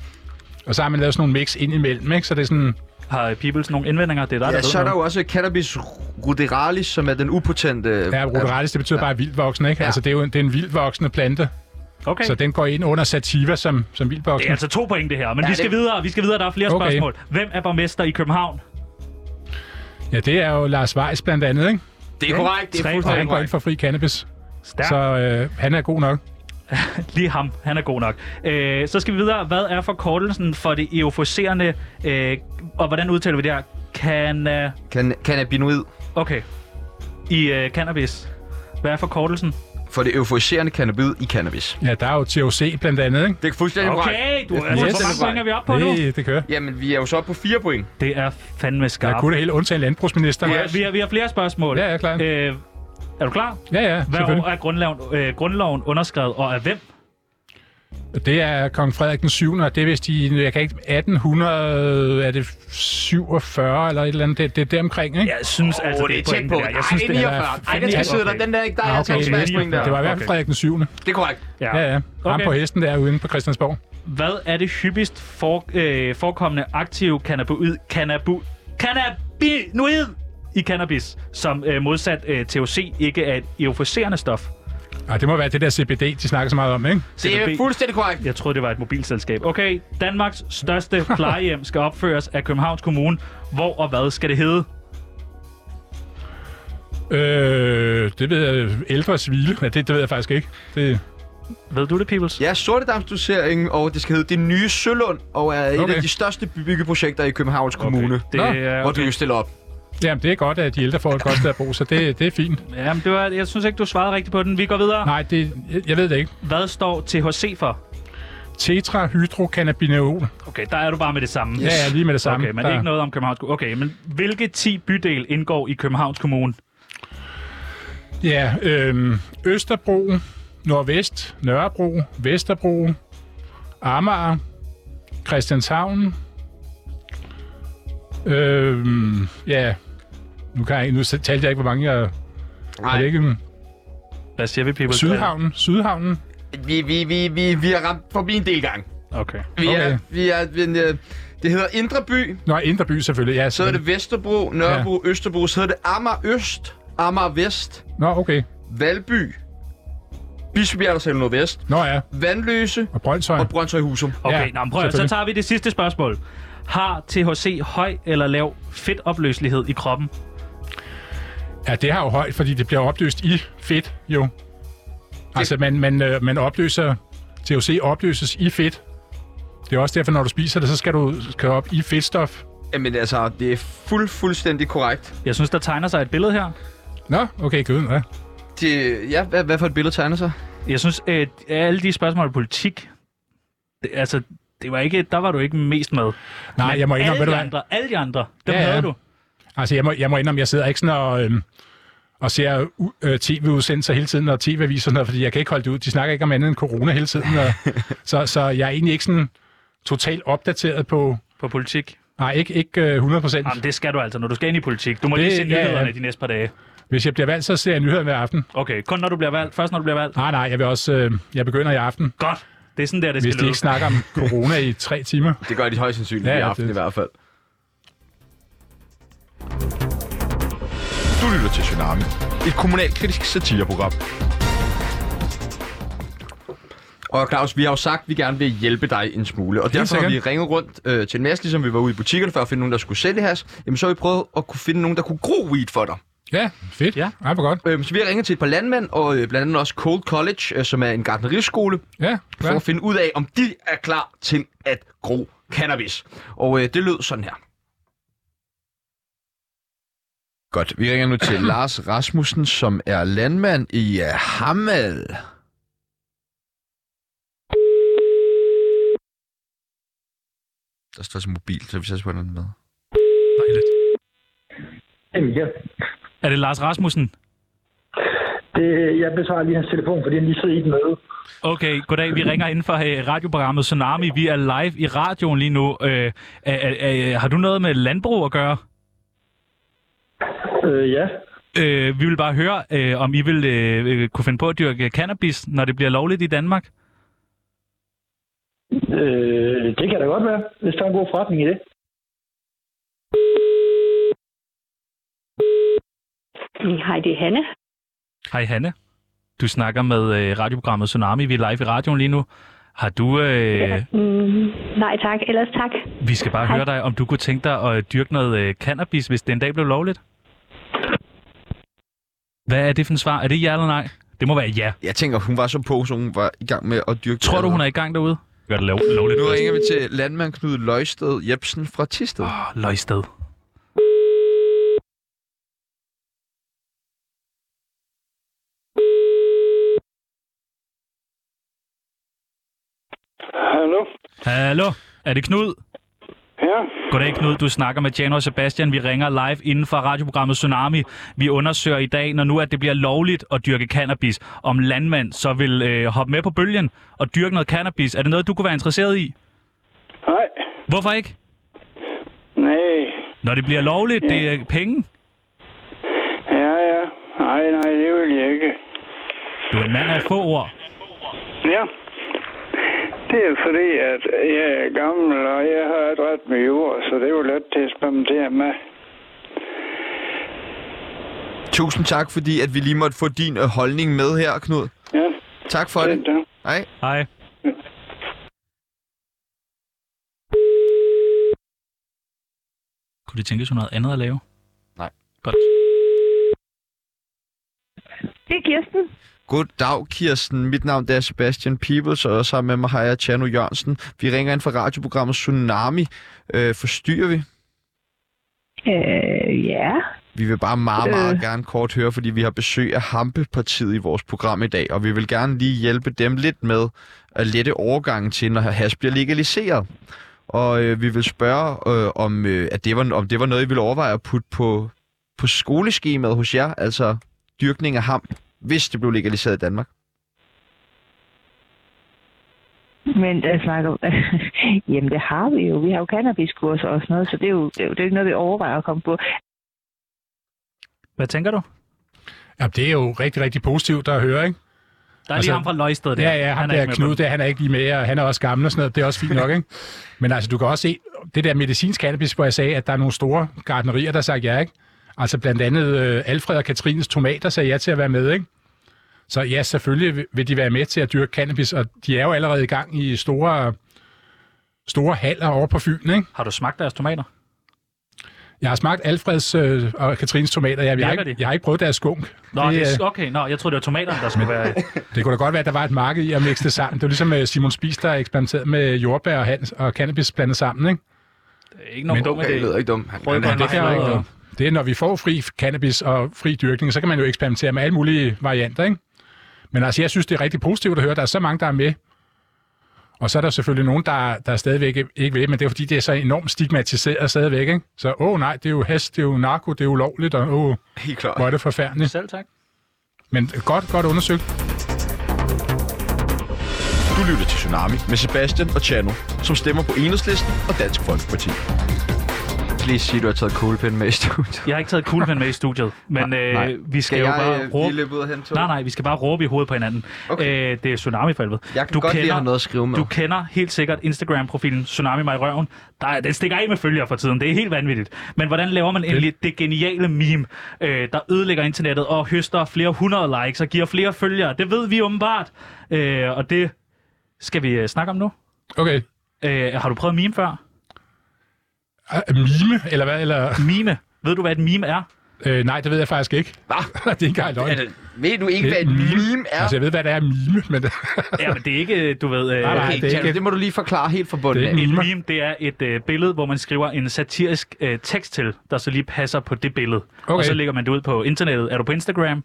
Speaker 4: Og så har man lavet sådan nogle mix ind imellem, ikke? Så det er sådan...
Speaker 2: Har Peoples nogle indvendinger? Det er dig, der
Speaker 4: Ja,
Speaker 2: ved
Speaker 4: så er
Speaker 2: noget.
Speaker 4: der
Speaker 6: Der er jo også cannabis ruderalis, som er den upotente...
Speaker 4: Ja, ruderalis, det betyder ja. bare vildvoksende, ikke? Ja. Altså, det er jo en, det er en vildvoksende plante.
Speaker 2: Okay.
Speaker 4: Så den går ind under sativa som, som
Speaker 2: Det
Speaker 4: vildvoksende.
Speaker 2: er altså to point, det her. Men ja,
Speaker 4: Ja,
Speaker 2: vi skal
Speaker 4: det-
Speaker 2: videre. Vi skal videre. Der er flere okay.
Speaker 4: Okay.
Speaker 2: spørgsmål. Hvem er borgmester i København?
Speaker 4: Ja, det er jo Lars Weiss blandt andet, ikke?
Speaker 2: Det er korrekt. Det er
Speaker 4: Og
Speaker 2: fuldstændig
Speaker 4: han går ind
Speaker 2: korrekt.
Speaker 4: for fri cannabis.
Speaker 2: Stærkt.
Speaker 4: Så øh, han er god nok.
Speaker 2: Lige ham. Han er god nok. Øh, så skal vi videre. Hvad er forkortelsen for det euforiserende... Øh, og hvordan udtaler vi det her? Canna...
Speaker 6: Kan, cannabinoid.
Speaker 2: Okay. I øh, cannabis. Hvad er forkortelsen?
Speaker 3: For det euforiserende cannabis i cannabis.
Speaker 4: Ja, der er jo THC blandt andet, ikke?
Speaker 3: Det er fuldstændig
Speaker 2: Okay,
Speaker 3: korrekt.
Speaker 2: du er- altså, hvor mange point er vi oppe på nu?
Speaker 4: Det, det kører.
Speaker 3: Jamen, vi er jo så oppe på fire point.
Speaker 2: Det er fandme skarpt.
Speaker 4: Jeg kunne det hele undtagen landbrugsministeren.
Speaker 2: Ja, vi, har, vi har flere spørgsmål. Ja, jeg
Speaker 4: er klar.
Speaker 2: Øh, er du klar?
Speaker 4: Ja, ja,
Speaker 2: Hvad
Speaker 4: selvfølgelig.
Speaker 2: år er grundloven, øh, grundloven underskrevet, og af hvem?
Speaker 4: Det er kong Frederik den 7. Og det er vist de, jeg kan ikke, 1800, er det 47 eller et eller andet, det, det er deromkring, ikke?
Speaker 2: Jeg synes altså, det er
Speaker 3: tæt
Speaker 2: pointen
Speaker 3: på.
Speaker 2: der. Jeg
Speaker 3: Ej,
Speaker 2: synes,
Speaker 3: det er
Speaker 2: det er
Speaker 3: 49. Ej,
Speaker 2: fandme Ah,
Speaker 3: den skal sidde
Speaker 2: okay.
Speaker 3: der. Den der, ikke? Der er
Speaker 4: Nå,
Speaker 3: altså en
Speaker 4: det,
Speaker 3: smagspoint der.
Speaker 4: det var i hvert fald
Speaker 2: Okay.
Speaker 4: Frederik den 7.
Speaker 3: Det er korrekt.
Speaker 4: Ja, ja. ja. Ham
Speaker 2: Okay.
Speaker 4: på hesten der uden på Christiansborg.
Speaker 2: Hvad er det hyppigst for, øh, forekommende aktive cannabinoid, cannabu, cannabinoid i cannabis, som øh, modsat øh, THC ikke er et euforiserende stof?
Speaker 4: Og det må være det der CBD, de snakker så meget om, ikke?
Speaker 2: CBD.
Speaker 3: fuldstændig korrekt.
Speaker 2: Jeg troede, det var et mobilselskab. Okay, Danmarks
Speaker 4: <laughs>
Speaker 2: største plejehjem skal opføres af Københavns Kommune. Hvor og hvad skal det hedde?
Speaker 4: Øh, det ved jeg. Ældre svile. Ja, det, det ved jeg faktisk ikke. Det,
Speaker 2: Ved du det, Peoples?
Speaker 3: Ja, Sortedamsdoseringen, og det skal hedde Det Nye Sølund, og er okay. et af
Speaker 4: Okay.
Speaker 3: de største byggeprojekter i Københavns Kommune. Okay.
Speaker 4: Det
Speaker 2: er-
Speaker 3: Hvor du jo stiller op.
Speaker 4: jamen, det er godt, at de ældre får et godt sted at bo, så det, det er fint.
Speaker 2: Jamen, det var, jeg synes ikke, du svarede rigtigt på den. Vi går videre.
Speaker 4: Nej, det, jeg- jeg ved det ikke.
Speaker 2: Hvad står THC for?
Speaker 4: Tetrahydrocannabinol.
Speaker 2: Okay, der er du bare med det samme.
Speaker 4: Ja, ja, lige med det samme.
Speaker 2: Okay, men
Speaker 4: Der-
Speaker 2: ikke noget om Københavns Kommune. Okay, men hvilke 10 bydel indgår i Københavns Kommune?
Speaker 4: Ja, øhm, Østerbro, Nordvest, Nørrebro, Vesterbro, Amager, Christianshavn. Øhm, ja, nu, kan jeg, ikke- nu talte jeg ikke, hvor mange jeg... Nej. Er det ikke,
Speaker 2: Hvad siger vi, people?
Speaker 4: Sydhavnen, Sydhavnen.
Speaker 3: Vi, vi, vi, vi, vi har ramt forbi en del gang.
Speaker 2: Okay.
Speaker 3: Vi okay.
Speaker 4: Okay.
Speaker 3: er, vi er, vi er, det hedder Indre By,
Speaker 4: Nå, Indre By selvfølgelig, ja.
Speaker 3: så er det Vesterbro, Nørrebro, ja. Østerbro, så hedder det Amager Øst, Amager Vest,
Speaker 4: Nå, okay.
Speaker 3: Valby, Bispebjerg, der sælger noget vest,
Speaker 4: Nå ja,
Speaker 3: Vandløse
Speaker 4: og Brøndshøj.
Speaker 3: og Brøndshøj Husum.
Speaker 2: Okay,
Speaker 4: Ja,
Speaker 2: ja, nå, prøv, at- så
Speaker 4: selvfølgelig.
Speaker 2: tager vi det sidste spørgsmål. Har THC høj eller lav fedtopløselighed i kroppen?
Speaker 4: Ja, det har jo højt, fordi det bliver opløst i fedt, jo. Altså, man, man, øh, man opløser... THC opløses i fedt. Det er også derfor, når du spiser det, så skal du skal op i fedtstof.
Speaker 3: Jamen altså, det er fuld, fuldstændig korrekt.
Speaker 2: Jeg synes, der tegner sig et billede her.
Speaker 4: Nå, okay, gud, ja.
Speaker 3: Det, ja, hvad, hvad for et billede tegner sig?
Speaker 2: Jeg synes, at alle de spørgsmål om politik, det, altså, det var ikke, der var du ikke mest med.
Speaker 4: Nej, jeg må indrømme,
Speaker 2: alle,
Speaker 4: ved du
Speaker 2: de
Speaker 4: hvad?
Speaker 2: andre, alle de andre, dem
Speaker 4: Ja,
Speaker 2: ja,
Speaker 4: ja.
Speaker 2: havde du.
Speaker 4: Altså, jeg må, jeg må indrømme, jeg sidder ikke sådan og, øhm, og ser u- øh, tv-udsendelser hele tiden, og tv-aviser, og sådan noget, fordi jeg kan ikke holde det ud. De snakker ikke om andet end corona hele
Speaker 2: <laughs>
Speaker 4: tiden. Og, så, så jeg er egentlig ikke sådan totalt opdateret på...
Speaker 2: På politik?
Speaker 4: Nej, ikke, ikke øh, 100 procent.
Speaker 2: Jamen, det skal du altså, når du skal ind i politik. Du må det,
Speaker 4: Det-
Speaker 2: lige se
Speaker 4: ja, ja.
Speaker 2: nyhederne de næste par dage.
Speaker 4: Hvis jeg bliver valgt, så ser jeg nyhederne hver aften.
Speaker 2: Okay, kun når du bliver valgt. Først når du bliver valgt.
Speaker 4: Nej, nej, jeg vil også... Øh, jeg begynder i aften,
Speaker 2: Godt. Det er sådan der, det
Speaker 4: hvis
Speaker 2: skal
Speaker 4: de ikke
Speaker 2: <laughs>
Speaker 4: snakker om corona i tre timer.
Speaker 3: Det gør de højst sandsynligt
Speaker 4: Ja,
Speaker 3: ja, i
Speaker 4: ja,
Speaker 3: aften
Speaker 4: det-
Speaker 3: i hvert fald. Du lytter til Tsunami, et kommunalkritisk satireprogram. Og Claus, vi har jo sagt, at vi gerne vil hjælpe dig en smule. Og derfor har vi
Speaker 4: sikkert.
Speaker 3: ringet rundt øh, til en masse, ligesom vi var ude i butikkerne for at finde nogen, der skulle sælge has. Jamen så har vi prøvet at kunne finde nogen, der kunne gro weed for dig.
Speaker 4: Ja, fedt.
Speaker 2: Ja.
Speaker 4: Ej, hvor godt.
Speaker 3: Øhm, så vi har ringet til et par landmænd, og øh, blandt andet også Cold College, øh, som er en gartneriskole,
Speaker 4: Ja,
Speaker 3: for
Speaker 4: hvad?
Speaker 3: at finde ud af, om de er klar til at gro cannabis. Og øh, det lød sådan her. Godt, vi ringer nu <clears throat> til Lars Rasmussen, som er landmand i uh, Hamal. Der står så mobil, så vi sætter på den anden måde.
Speaker 2: Dejligt.
Speaker 14: Jamen, ja.
Speaker 2: Er det Lars Rasmussen?
Speaker 14: Det, jeg besvarer lige hans telefon, fordi han lige sidder i et møde.
Speaker 2: Okay, goddag. Vi ringer inden for øh, radioprogrammet Tsunami. Vi er live i radioen lige nu. Øh, er, er, er, har du noget med landbrug at gøre?
Speaker 14: Øh, ja.
Speaker 2: Øh, vi vil bare høre, øh, om I vil øh, øh, kunne finde på at dyrke cannabis, når det bliver lovligt i Danmark.
Speaker 14: Øh, det kan da godt være, hvis der er en god forretning i det.
Speaker 16: Hej, det er Hanne.
Speaker 2: Hej Hanne. Du snakker med øh, radioprogrammet Tsunami. Vi er live i radioen lige nu. Har du... Øh, ja.
Speaker 16: Mm, nej tak, ellers tak.
Speaker 2: Vi skal bare
Speaker 16: Hej.
Speaker 2: høre dig, om du kunne tænke dig at øh, dyrke noget øh, cannabis, hvis det en dag blev lovligt? Hvad er det for en svar? Er det ja eller nej? Det må være ja.
Speaker 3: Jeg tænker, hun var så på, så hun var i gang med at dyrke...
Speaker 2: Tror du, hun er i gang derude? Gør det lov- lovligt.
Speaker 3: Nu
Speaker 2: først.
Speaker 3: ringer vi til landmand Knud Løjsted Jebsen fra Tisted.
Speaker 2: Åh, Løjsted. Hallo, er det Knud?
Speaker 17: Ja.
Speaker 2: Goddag Knud, du snakker med Tjano og Sebastian. Vi ringer live inden for radioprogrammet Tsunami. Vi undersøger i dag, når nu at det bliver lovligt at dyrke cannabis, om landmænd så vil øh, hoppe med på bølgen og dyrke noget cannabis. Er det noget, du kunne være interesseret i?
Speaker 17: Nej.
Speaker 2: Hvorfor ikke?
Speaker 17: Nej.
Speaker 2: Når det bliver lovligt,
Speaker 17: Ja.
Speaker 2: det er penge.
Speaker 17: Ja, ja. Nej, nej, det vil jeg ikke.
Speaker 2: Du er en mand af få ord.
Speaker 17: Ja. Det er fordi, at jeg er gammel, og jeg har et ret med jord, så det er jo let til at eksperimentere med.
Speaker 1: Tusind tak, fordi at vi lige måtte få din øh, holdning med her, Knud.
Speaker 17: Ja.
Speaker 1: Tak for det. Hej.
Speaker 2: Hej. Kunne det tænkes, hun havde andet at lave?
Speaker 3: Nej.
Speaker 2: Godt.
Speaker 16: Det er Kirsten.
Speaker 1: Goddag, Kirsten. Mit navn det er Sebastian Peebles, og sammen med mig har jeg Tjerno Jørgensen. Vi ringer ind fra radioprogrammet Tsunami. Øh, forstyrrer vi?
Speaker 16: Øh, ja.
Speaker 1: Vi vil bare meget, meget
Speaker 16: Øh.
Speaker 1: øh. gerne kort høre, fordi vi har besøg af Hampepartiet i vores program i dag, og vi vil gerne lige hjælpe dem lidt med at lette overgangen til, når hash bliver legaliseret. Og øh, vi vil spørge, øh, om, øh, at det var, om det var noget, I ville overveje at putte på, på skoleskemaet hos jer, altså dyrkning af hamp, hvis det blev legaliseret i Danmark.
Speaker 18: Men der snakker <laughs> Jamen, det har vi jo. Vi har jo cannabiskurser og sådan noget, så det er jo, det er jo, det er jo ikke noget, vi overvejer at komme på.
Speaker 2: Hvad tænker du?
Speaker 4: Ja, det er jo rigtig, rigtig positivt at høre, ikke?
Speaker 2: Der er altså, lige ham fra Løjsted der.
Speaker 4: Ja, ja, ham
Speaker 2: Han er
Speaker 4: der
Speaker 2: ikke med
Speaker 4: Knud,
Speaker 2: på den.
Speaker 4: der, han er ikke lige med, og han er også gammel og sådan noget. Det er også fint nok, ikke? <laughs> Men altså, du kan også se, det der medicinsk cannabis, hvor jeg sagde, at der er nogle store gardnerier, der sagde ja, ikke? Altså blandt andet øh, Alfred og Katrines tomater sagde ja til at være med, ikke? Så ja, selvfølgelig vil- vil de være med til at dyrke cannabis, og de er jo allerede i gang i store, store haller over på Fyn, ikke?
Speaker 2: Har du smagt deres tomater?
Speaker 4: Jeg har smagt Alfreds øh, og Katrines tomater. Jeg, jeg, har
Speaker 2: Virker
Speaker 4: ikke,
Speaker 2: de?
Speaker 4: jeg har ikke prøvet deres skunk.
Speaker 2: Nå, det,
Speaker 4: øh,
Speaker 2: det er, okay, nå, jeg tror det var tomaterne, <laughs> der skulle være...
Speaker 4: Det kunne da godt være, at der var et marked i at mixe det sammen. Det var ligesom øh, Simon Spies, der eksperimenterede med jordbær og, hans, og cannabis blandet sammen, ikke?
Speaker 2: Ikke nogen dum idé. Prøv
Speaker 4: Men det, er, jo- det er, når vi får fri cannabis og fri dyrkning, så kan man jo eksperimentere med alle mulige varianter, ikke? Men altså, jeg synes, det er rigtig positivt at høre, at der er så mange, der er med. Og så er der selvfølgelig nogen, der, der stadigvæk ikke vil, men det er fordi, det er så enormt stigmatiseret stadigvæk, ikke? Så, åh oh, nej, det er jo hest, det er jo narko, det er ulovligt, og åh, oh,
Speaker 3: <laughs>
Speaker 4: hvor er det forfærdeligt.
Speaker 2: Selv tak.
Speaker 4: Men godt, godt undersøgt.
Speaker 1: Du lytter til Tsunami med Sebastian og Chano, som stemmer på Enhedslisten og Dansk Folkeparti.
Speaker 6: Please sige, du har taget kuglepen med i studiet.
Speaker 2: Jeg har ikke taget kuglepen med i studiet, men nej,
Speaker 6: nej.
Speaker 2: øh, vi skal,
Speaker 6: Skal
Speaker 2: jo
Speaker 6: jeg,
Speaker 2: bare
Speaker 6: øh,
Speaker 2: råbe...
Speaker 6: lige løbe ud og hente
Speaker 2: nej, nej, vi skal bare råbe i hovedet på hinanden. Okay. Øh, det er tsunami for helvede.
Speaker 6: Jeg kan godt lide at have noget at skrive med.
Speaker 2: Du kender helt sikkert Instagram-profilen Tsunami mig i røven. Der, er- den stikker af med følgere for tiden. Det er helt vanvittigt. Men hvordan laver man endelig det geniale meme, øh, der ødelægger internettet og høster flere hundrede likes og giver flere følgere? Det ved vi åbenbart. Øh, og det skal vi øh, snakke om nu.
Speaker 4: Okay.
Speaker 2: Øh, har du prøvet meme før?
Speaker 4: Ah, Mime, eller hvad? Eller...
Speaker 2: Mime. Ved du, hvad et meme er?
Speaker 4: Øh, nej, det ved jeg faktisk ikke. Hvad? <laughs> det er ikke engang løgn.
Speaker 3: Ved du ikke, hvad et meme er?
Speaker 4: Altså, jeg ved, hvad det er mime, men... <laughs>
Speaker 2: Ja, men det er ikke, du ved... Øh,
Speaker 4: Nej, nej, det er ikke-
Speaker 2: må du lige forklare helt fra bunden
Speaker 4: Det er ikke
Speaker 2: Et
Speaker 4: mimer.
Speaker 2: meme, det er et øh, billede, hvor man skriver en satirisk øh, tekst til, der så lige passer på det billede. Okay. Og
Speaker 4: Okay.
Speaker 2: så lægger man det ud på internettet. Er du på Instagram?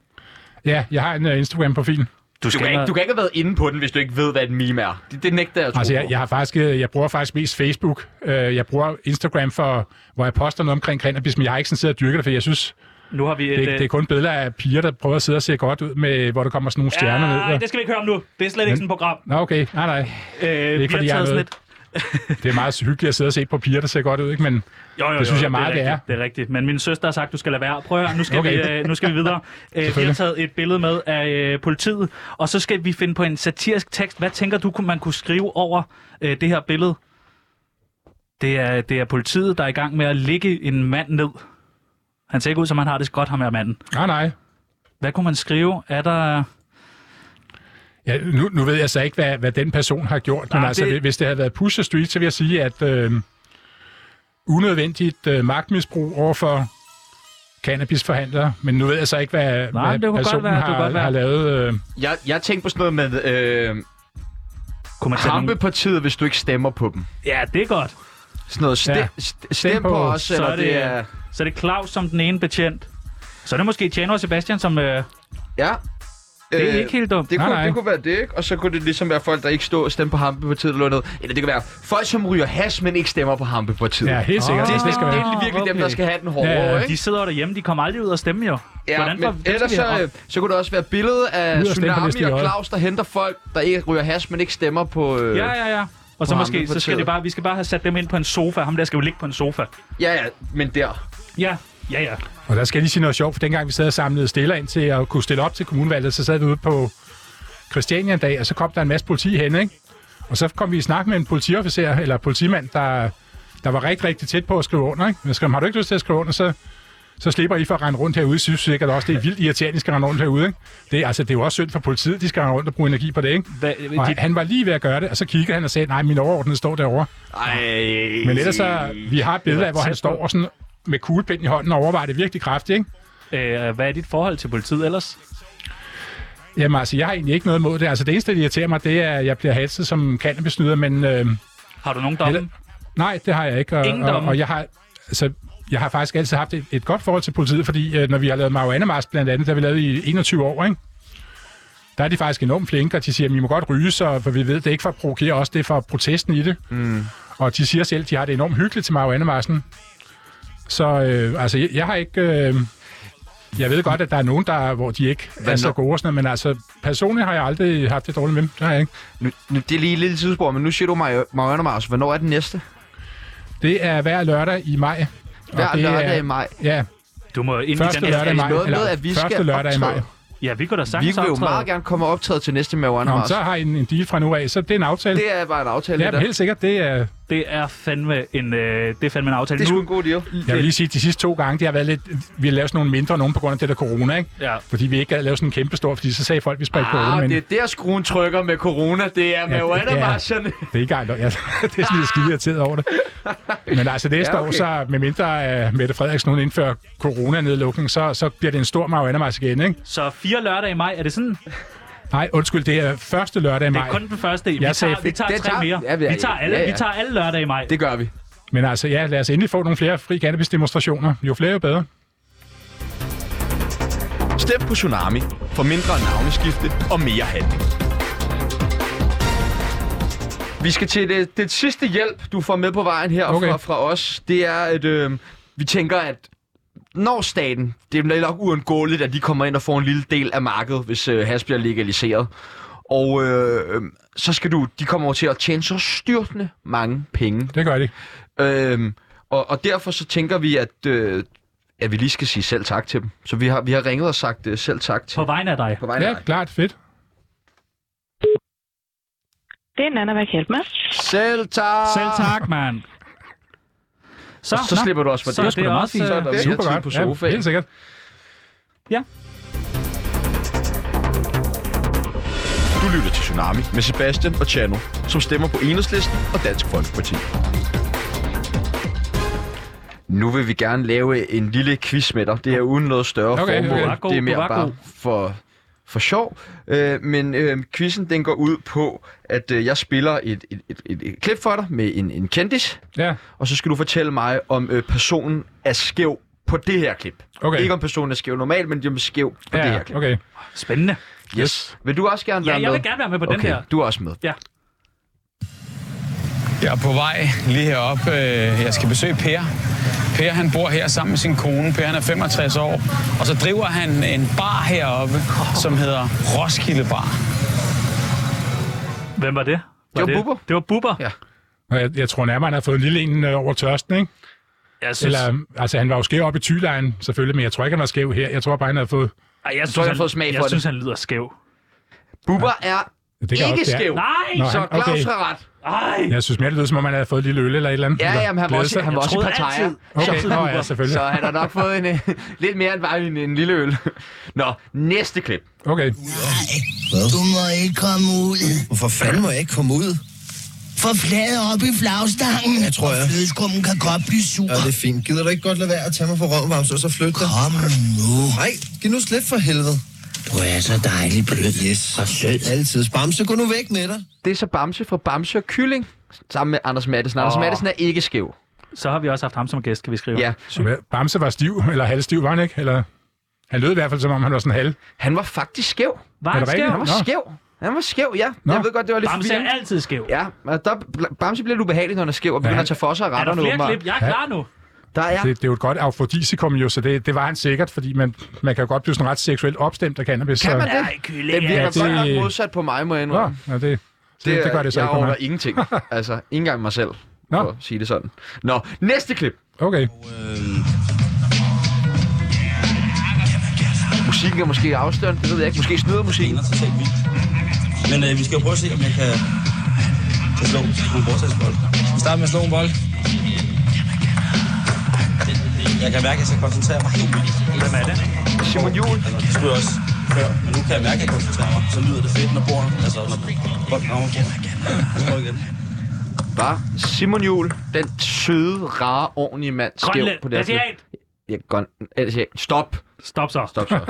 Speaker 4: ja, jeg har en uh, Instagram-profil.
Speaker 2: Du
Speaker 3: Du kan, ikke, du kan ikke have været inde på den, hvis du ikke ved, hvad et meme er. Det, det nægter jeg at tro
Speaker 4: Altså, jeg,
Speaker 3: på.
Speaker 4: jeg, har faktisk, øh, jeg bruger faktisk mest Facebook. Øh, Jeg bruger Instagram, for, hvor jeg poster noget omkring cannabis, men jeg har ikke sådan siddet og dyrket det, for jeg synes,
Speaker 2: Nu har vi et... øh,
Speaker 4: det, det er kun billeder af piger, der prøver at sidde og se godt ud, med, hvor der kommer sådan nogle stjerner ned.
Speaker 2: Nej,
Speaker 4: og-
Speaker 2: Ah, det skal vi ikke høre om nu. Det er slet ikke
Speaker 4: Men-
Speaker 2: sådan et program.
Speaker 4: Nå, okay. Nej, nej.
Speaker 2: Øh,
Speaker 4: det er
Speaker 2: vi
Speaker 4: ikke,
Speaker 2: har
Speaker 4: fordi jeg
Speaker 2: taget
Speaker 4: er
Speaker 2: sådan
Speaker 4: noget. det er meget hyggeligt at sidde og se på piger, der ser godt ud, ikke? Men
Speaker 2: Jo, jo, jo,
Speaker 4: det synes jeg meget,
Speaker 2: det er.
Speaker 4: det er.
Speaker 2: rigtigt, Det er rigtigt. Men min søster har sagt, du skal lade være. Prøv at høre, nu skal, okay.
Speaker 4: Okay.
Speaker 2: vi, øh, nu skal
Speaker 4: <laughs>
Speaker 2: vi videre. Øh, vi har
Speaker 4: Selvfølgelig.
Speaker 2: taget et billede med af øh, politiet, og så skal vi finde på en satirisk tekst. Hvad tænker du, kunne man kunne skrive over øh, det her billede? Det er, det er politiet, der er i gang med at ligge en mand ned. Han ser ikke ud, som han har det godt, ham her manden.
Speaker 4: Nej, nej.
Speaker 2: Hvad kunne man skrive? Er der...
Speaker 4: Ja, nu, nu ved jeg så ikke, hvad, hvad den person har gjort,
Speaker 2: Nej,
Speaker 4: men altså,
Speaker 2: det-
Speaker 4: det... hvis det havde været Pusher Street, så vil jeg sige, at øh, unødvendigt øh, magtmisbrug overfor cannabisforhandlere, men nu ved jeg så ikke, hvad,
Speaker 2: Nej, det kunne
Speaker 4: hvad
Speaker 2: godt
Speaker 4: personen
Speaker 2: være, det kunne
Speaker 4: har,
Speaker 2: godt være.
Speaker 4: har lavet. Øh,
Speaker 3: Jeg, jeg tænkte på sådan noget med... Øh,
Speaker 2: Kunne man tage
Speaker 3: Hampepartiet, hvis du ikke stemmer på dem.
Speaker 2: Ja, det er godt.
Speaker 3: Sådan noget. Stem, ja. stem, stem på, os,
Speaker 2: så
Speaker 3: eller
Speaker 2: er det,
Speaker 3: det er...
Speaker 2: Så er det Claus som den ene betjent. Så er det måske Tjano og Sebastian som... Øh,
Speaker 3: Ja.
Speaker 2: Det er ikke helt dumt.
Speaker 3: Det
Speaker 2: Nej,
Speaker 3: kunne,
Speaker 2: nej.
Speaker 3: det kunne være det, ikke? Og så kunne det ligesom være folk, der ikke står og stemmer på Hampepartiet eller noget. Eller det kan være folk, som ryger hash, men ikke stemmer på Hampepartiet.
Speaker 2: Ja, helt sikkert.
Speaker 3: Det, er,
Speaker 2: Det
Speaker 3: det,
Speaker 2: skal
Speaker 3: det,
Speaker 2: være.
Speaker 3: er virkelig dem, der skal have den hårde,
Speaker 2: Ja, ja,
Speaker 3: ja,
Speaker 2: ja. De
Speaker 3: ikke?
Speaker 2: sidder jo derhjemme, de kommer aldrig ud og stemmer jo.
Speaker 3: Ja,
Speaker 2: Hvordan får
Speaker 3: men ellers så, øh, så kunne det også være billedet af
Speaker 2: Ud og stemme på
Speaker 3: Tsunami
Speaker 2: næste
Speaker 3: og
Speaker 2: lod.
Speaker 3: Claus, der henter folk, der ikke ryger hash, men ikke stemmer på... Øh,
Speaker 2: Ja, ja, ja. Og så
Speaker 3: på
Speaker 2: måske, så skal
Speaker 3: Hampepartiet.
Speaker 2: det bare, vi skal bare have sat dem ind på en sofa. Ham der skal jo ligge på en sofa.
Speaker 3: Ja, ja, men der.
Speaker 2: Ja, ja, ja.
Speaker 4: Og der skal jeg lige sige noget sjovt, for dengang vi sad og samlede stiller ind til at kunne stille op til kommunvalget, så sad vi ude på Christiania en dag, og så kom der en masse politi hen, ikke? Og så kom vi i snak med en politiofficer, eller politimand, der, der var rigtig, rigtig tæt på at skrive under, ikke? Jeg skrev, har du ikke lyst til at skrive under, så, så slipper I for at rende rundt herude. I synes sikkert også, det er vildt irriterende, I skal rende rundt herude, ikke? Det, er- altså, det er jo også synd for politiet, de skal rende rundt og bruge energi på det, ikke?
Speaker 2: Hva,
Speaker 4: og
Speaker 2: de-
Speaker 4: han, han var lige ved at gøre det, og så kiggede han og sagde, nej, min overordnede står derovre.
Speaker 3: Ej.
Speaker 4: Men ellers så, vi har et billede af, hvor han
Speaker 2: Tæt
Speaker 4: står og sådan med kuglepind i hånden og overvejer det virkelig kraftigt, ikke?
Speaker 2: Øh, hvad er dit forhold til politiet ellers?
Speaker 4: Jamen altså, jeg har egentlig ikke noget imod det. Altså, det eneste, der irriterer mig, det er, at jeg bliver hatset som cannabisnyder, men... Øh,
Speaker 2: har du nogen domme?
Speaker 4: Nej, det har jeg ikke. Og,
Speaker 2: Ingen
Speaker 4: og,
Speaker 2: domme?
Speaker 4: og jeg har... Altså, jeg har faktisk altid haft et, et godt forhold til politiet, fordi øh, når vi har lavet Marianne Mars blandt andet, der vi lavet i 21 år, ikke? der er de faktisk enormt flinke, og de siger, at vi må godt ryge, så, for vi ved, det er ikke for at provokere os, det er for protesten i det. Mm. Og de siger selv, at de har det enormt hyggeligt til Marianne Marsen. Så øh, altså, jeg, jeg har ikke... Øh, jeg ved godt, at der er nogen, der, hvor de ikke
Speaker 3: Hvad
Speaker 4: er så
Speaker 3: når-
Speaker 4: gode og sådan noget, men altså, personligt har jeg aldrig haft det dårligt med dem. Det har jeg ikke.
Speaker 3: Nu, nu, det er lige et lille tidsspur, men nu siger du mig, Marianne Mars. Hvornår er den næste?
Speaker 4: Det er hver lørdag i maj. og
Speaker 3: Hver
Speaker 4: det
Speaker 3: lørdag
Speaker 4: er,
Speaker 3: i maj.
Speaker 4: Ja.
Speaker 2: Du må ind
Speaker 4: Første
Speaker 2: i den
Speaker 4: lørdag i maj,
Speaker 3: Noget med,
Speaker 4: eller
Speaker 3: at vi
Speaker 4: første
Speaker 3: skal
Speaker 4: lørdag i maj.
Speaker 3: optræde.
Speaker 2: Ja, vi kunne da
Speaker 3: Vi
Speaker 2: sagtens
Speaker 3: vil jo
Speaker 2: optræde.
Speaker 3: meget gerne komme optaget til næste Marianne
Speaker 4: Nå, men
Speaker 3: Mars.
Speaker 4: så har I en, en deal fra nu af, så det er en aftale.
Speaker 3: Det er bare en aftale.
Speaker 4: Ja, men helt sikkert, det er...
Speaker 2: Det er fandme en, øh, det er fandme en aftale.
Speaker 3: Det er sgu
Speaker 2: Nu-
Speaker 3: en god deal.
Speaker 4: Jeg vil lige sige, at de sidste to gange, det har været lidt, vi har lavet sådan nogle mindre nogen på grund af det der corona, ikke?
Speaker 2: Ja.
Speaker 4: Fordi vi ikke havde lavet sådan en kæmpe stor, fordi så sagde folk, at vi spredte corona,
Speaker 3: Ah,
Speaker 4: men
Speaker 3: det
Speaker 4: det,
Speaker 3: er der skruen trykker med corona. Det er Marianne
Speaker 4: ja.
Speaker 3: Marserne.
Speaker 4: det er ikke engang, jeg, <laughs> det er sådan lidt skide irriteret over det. Men altså næste
Speaker 3: Ja, okay.
Speaker 4: ja, okay. år, så med mindre uh, Mette Frederiksen hun indfører coronanedlukning, så, så bliver det en stor marihuana igen, ikke?
Speaker 2: Så fire lørdage i maj, er det sådan?
Speaker 4: Nej, undskyld, det er første lørdag i
Speaker 2: Det
Speaker 4: maj.
Speaker 2: er kun den første. Vi
Speaker 4: Jeg
Speaker 2: tager,
Speaker 4: sagde-
Speaker 2: vi tager
Speaker 4: Den
Speaker 2: tre
Speaker 4: tager-
Speaker 2: mere.
Speaker 4: Ja, ja,
Speaker 2: Vi tager alle,
Speaker 4: ja, ja.
Speaker 2: vi tager alle lørdage i maj.
Speaker 3: <laughs> Det gør vi.
Speaker 4: Men altså, ja, lad os endelig få nogle flere fri cannabis-demonstrationer. Jo flere, jo bedre.
Speaker 3: Stem på Tsunami for mindre navneskifte og mere handling. Vi skal til det, det sidste hjælp, du får med på vejen her okay. fra, fra os. Det er, at øh, vi tænker, at når staten, det er nok uundgåeligt, at de kommer ind og får en lille del af markedet, hvis øh, hash bliver legaliseret. Og øh, øh, så skal du, de kommer over til at tjene så styrtende mange penge.
Speaker 4: Det gør de.
Speaker 3: Øhm, og, og derfor så tænker vi, at, øh, at vi lige skal sige selv tak til dem. Så vi har, vi har ringet og sagt øh, selv tak til
Speaker 2: På vegne af dig.
Speaker 3: På vegne af
Speaker 4: Ja,
Speaker 3: dig.
Speaker 4: klart. Fedt.
Speaker 18: Det er Nana, hvad kan hjælpe med?
Speaker 3: Selv tak!
Speaker 2: Selv tak, mand.
Speaker 3: Så, så slipper du også for
Speaker 2: så
Speaker 3: det.
Speaker 2: er det også,
Speaker 3: Så er der
Speaker 2: øh,
Speaker 3: mere
Speaker 2: super
Speaker 3: tid
Speaker 2: godt.
Speaker 3: på
Speaker 2: Ja,
Speaker 3: sofaen.
Speaker 2: helt
Speaker 4: sikkert.
Speaker 3: Du lytter til Tsunami med Sebastian og Chano, som stemmer på Enhedslisten og Dansk Folkeparti. Nu vil vi gerne lave en lille quiz med dig. Det er uden noget større
Speaker 4: Okay,
Speaker 3: formål.
Speaker 4: okay. Du var god,
Speaker 3: Det er
Speaker 4: du
Speaker 3: mere
Speaker 4: var
Speaker 3: bare
Speaker 4: god.
Speaker 3: for, for sjov. Øh, men øh, quizzen den går ud på, at øh, jeg spiller et, et, et, et, et klip for dig med en, en kendis.
Speaker 4: Ja.
Speaker 3: Og så skal du fortælle mig, om øh, personen er skæv på det her klip.
Speaker 4: Okay.
Speaker 3: Ikke om personen er skæv normalt, men om skæv på
Speaker 4: Ja,
Speaker 3: det her klip.
Speaker 4: okay.
Speaker 2: Spændende.
Speaker 3: Yes. yes. Vil du også gerne
Speaker 2: Ja,
Speaker 3: være med?
Speaker 2: jeg vil gerne være med på den
Speaker 3: okay,
Speaker 2: her.
Speaker 3: du er også med.
Speaker 2: Ja.
Speaker 19: Jeg er på vej lige herop. Øh, Jeg skal besøge Per. Per han bor her sammen med sin kone. Per han er 65 år. Og så driver han en bar heroppe, som hedder Roskilde Bar.
Speaker 2: Hvem var det? Var
Speaker 4: var
Speaker 2: det,
Speaker 4: Bubber.
Speaker 2: Det var Bubber.
Speaker 3: Ja.
Speaker 4: Og jeg, jeg tror nærmere, han har fået en lille en øh, over tørsten, ikke?
Speaker 2: Jeg synes,
Speaker 4: Eller,
Speaker 2: Eller...
Speaker 4: altså, han var jo skæv op i Tylejen, selvfølgelig, men jeg tror ikke, han var skæv her. Jeg tror bare, han havde fået...
Speaker 2: Ej, jeg, synes,
Speaker 4: tror, jeg
Speaker 2: han,
Speaker 4: har fået smag
Speaker 2: jeg
Speaker 4: for
Speaker 2: synes,
Speaker 4: det.
Speaker 2: han lyder skæv.
Speaker 3: Bubber er
Speaker 4: Det kan
Speaker 3: ikke
Speaker 4: også være.
Speaker 3: skæv.
Speaker 2: Nej,
Speaker 4: Nå,
Speaker 3: så
Speaker 4: han-
Speaker 3: Claus
Speaker 4: okay.
Speaker 3: har ret.
Speaker 2: Ej.
Speaker 4: Jeg synes mere, det lød, som om han havde fået et lille øl eller et eller andet.
Speaker 3: Ja,
Speaker 4: eller
Speaker 3: ja, men han var
Speaker 4: glæde
Speaker 3: også,
Speaker 4: sig.
Speaker 3: han var også i partejer.
Speaker 4: Okay, nå, ja, selvfølgelig.
Speaker 3: Så han har nok fået en, øh, lidt mere end bare en, en lille øl. Nå, næste klip.
Speaker 4: Okay.
Speaker 20: Du må ikke komme ud. Hvorfor fanden må jeg ikke komme ud? For flad op i flagstangen. Jeg tror, jeg... Flødeskummen kan godt blive sur. Ja, det er fint. Gider du ikke godt lade være at tage mig for røven, Bamse, og så flytte dig? Kom nu. Nej, giv nu slip for helvede. Du er så dejlig blød. Yes. Og sød. Altid. Bamse, gå nu væk med dig.
Speaker 3: Det er så Bamse fra Bamse og Kylling, sammen med Anders Madsen. Anders
Speaker 2: Åh.
Speaker 3: Madsen er ikke skæv.
Speaker 2: Så har vi også haft ham som gæst, kan vi skrive.
Speaker 3: Ja.
Speaker 4: Så hvad, Bamse var stiv, eller halvstiv, var han ikke? Eller... Han lød i hvert fald, som om han var sådan halv.
Speaker 3: Han var faktisk skæv.
Speaker 4: Var han skæv?
Speaker 3: Han var
Speaker 4: Nå.
Speaker 3: skæv. Han var skæv, ja.
Speaker 4: Nå.
Speaker 3: Jeg ved godt, det var lidt
Speaker 4: Bamse er
Speaker 2: altid skæv.
Speaker 3: Ja, men der, Bamse bliver lidt ubehagelig, når han er skæv, og begynder at tage for sig af retterne. åbenbart. Der er...
Speaker 4: Det, det er jo et godt afrodisikum jo, så det, det var han sikkert, fordi man, man kan jo godt blive sådan ret seksuelt opstemt af cannabis.
Speaker 3: Kan
Speaker 4: så...
Speaker 3: man det? det virker
Speaker 4: Ja,
Speaker 3: ja, det... godt nok
Speaker 4: det-
Speaker 3: modsat på mig, må jeg
Speaker 4: Nå,
Speaker 3: indrømme.
Speaker 4: ja, det, det, det, det gør det så
Speaker 3: jeg
Speaker 4: ikke for
Speaker 3: overholder
Speaker 4: mig. <laughs>
Speaker 3: ingenting. altså, ikke engang mig selv, Nå. for at sige det sådan. Nå, næste klip.
Speaker 4: Okay.
Speaker 3: Musikken er måske afstørende, det ved jeg ikke. Måske snyder musikken.
Speaker 21: Men øh, vi skal jo prøve at se, om jeg kan, kan slå en bordsatsbold. Vi starter med at slå en bold. Jeg kan mærke, at jeg skal koncentrere mig helt vildt. Hvem er det?
Speaker 3: Simon Juhl.
Speaker 21: Det skulle jeg også før, men nu kan jeg mærke, at jeg koncentrerer mig. Så lyder det fedt, når bordet, altså når bolden rammer bordet. Jeg slår igen.
Speaker 3: Var Simon Juhl, den søde, rare, ordentlige mand, skæv
Speaker 2: Grønland.
Speaker 3: på det her klip?
Speaker 2: Asiat.
Speaker 3: Ja, grøn... Asiat. Stop.
Speaker 2: Stop så.
Speaker 3: Stop så.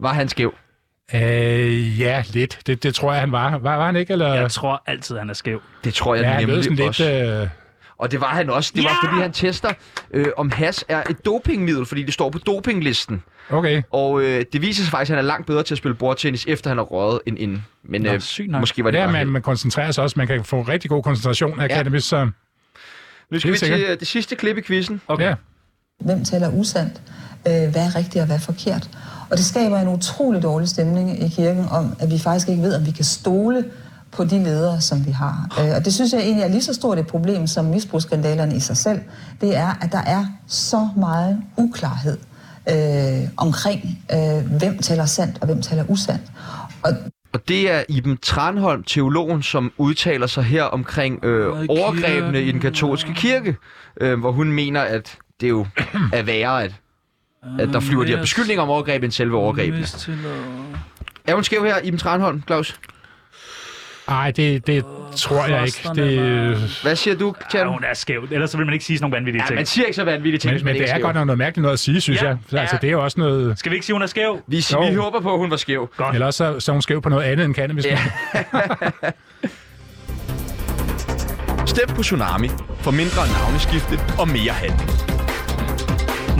Speaker 3: var han skæv?
Speaker 4: Øh, ja, lidt. Det, det tror jeg, han var. Var, var han ikke? Eller?
Speaker 2: Jeg tror altid, han er skæv.
Speaker 3: Det tror jeg
Speaker 4: Ja, han lød
Speaker 3: nemlig
Speaker 4: sådan lidt,
Speaker 3: også.
Speaker 4: Lidt, øh...
Speaker 3: Og det var han også. Det var, fordi han tester, øh, om has er et dopingmiddel, fordi det står på dopinglisten.
Speaker 4: Okay.
Speaker 3: Og øh, det viser sig faktisk, at han er langt bedre til at spille bordtennis, efter han har røget end inden. Men
Speaker 4: Nå,
Speaker 3: øh,
Speaker 4: sygt nok.
Speaker 3: måske var det
Speaker 4: ja,
Speaker 3: bare
Speaker 4: man,
Speaker 3: held.
Speaker 4: man koncentrerer sig også. Man kan få rigtig god koncentration af
Speaker 3: Ja.
Speaker 4: ja. cannabis. Så...
Speaker 3: Nu skal
Speaker 4: Helt
Speaker 3: vi til
Speaker 4: sikkert.
Speaker 3: øh, det sidste klip i quizzen.
Speaker 4: Okay. Ja.
Speaker 22: Hvem taler usandt? Øh, Hvad er rigtigt og hvad er forkert? Og det skaber en utrolig dårlig stemning i kirken om, at vi faktisk ikke ved, om vi kan stole på de ledere, som vi har. Øh, Og det synes jeg egentlig er lige så stort et problem som misbrugsskandalerne i sig selv. Det er, at der er så meget uklarhed øh, omkring, øh, hvem taler sandt og hvem taler usandt.
Speaker 3: Og det er Iben Tranholm, teologen, som udtaler sig her omkring øh, overgrebene i den katolske kirke, øh, hvor hun mener, at det jo er værre, at, at der flyver de her beskyldninger om overgreb end selve overgrebene. Er hun skæv her, Iben Tranholm, Claus?
Speaker 4: Ej, det, det tror jeg ikke. Det...
Speaker 3: Hvad siger du, Tjerno?
Speaker 2: Ja, hun er skæv. Ellers så vil man ikke sige sådan nogle vanvittige
Speaker 4: Ja,
Speaker 2: ting.
Speaker 4: man
Speaker 3: siger ikke så vanvittige
Speaker 4: Men, men det er godt nok noget mærkeligt noget at sige, synes
Speaker 2: Ja,
Speaker 4: ja. jeg. Altså, det er jo også noget...
Speaker 2: Skal vi ikke sige, hun er skæv?
Speaker 3: Vi,
Speaker 4: Jo.
Speaker 3: vi håber på, at hun var skæv.
Speaker 2: Godt.
Speaker 4: Eller også så, så er hun skæv på noget andet end cannabis.
Speaker 3: Ja. Stem på Tsunami for mindre navneskifte og mere handling.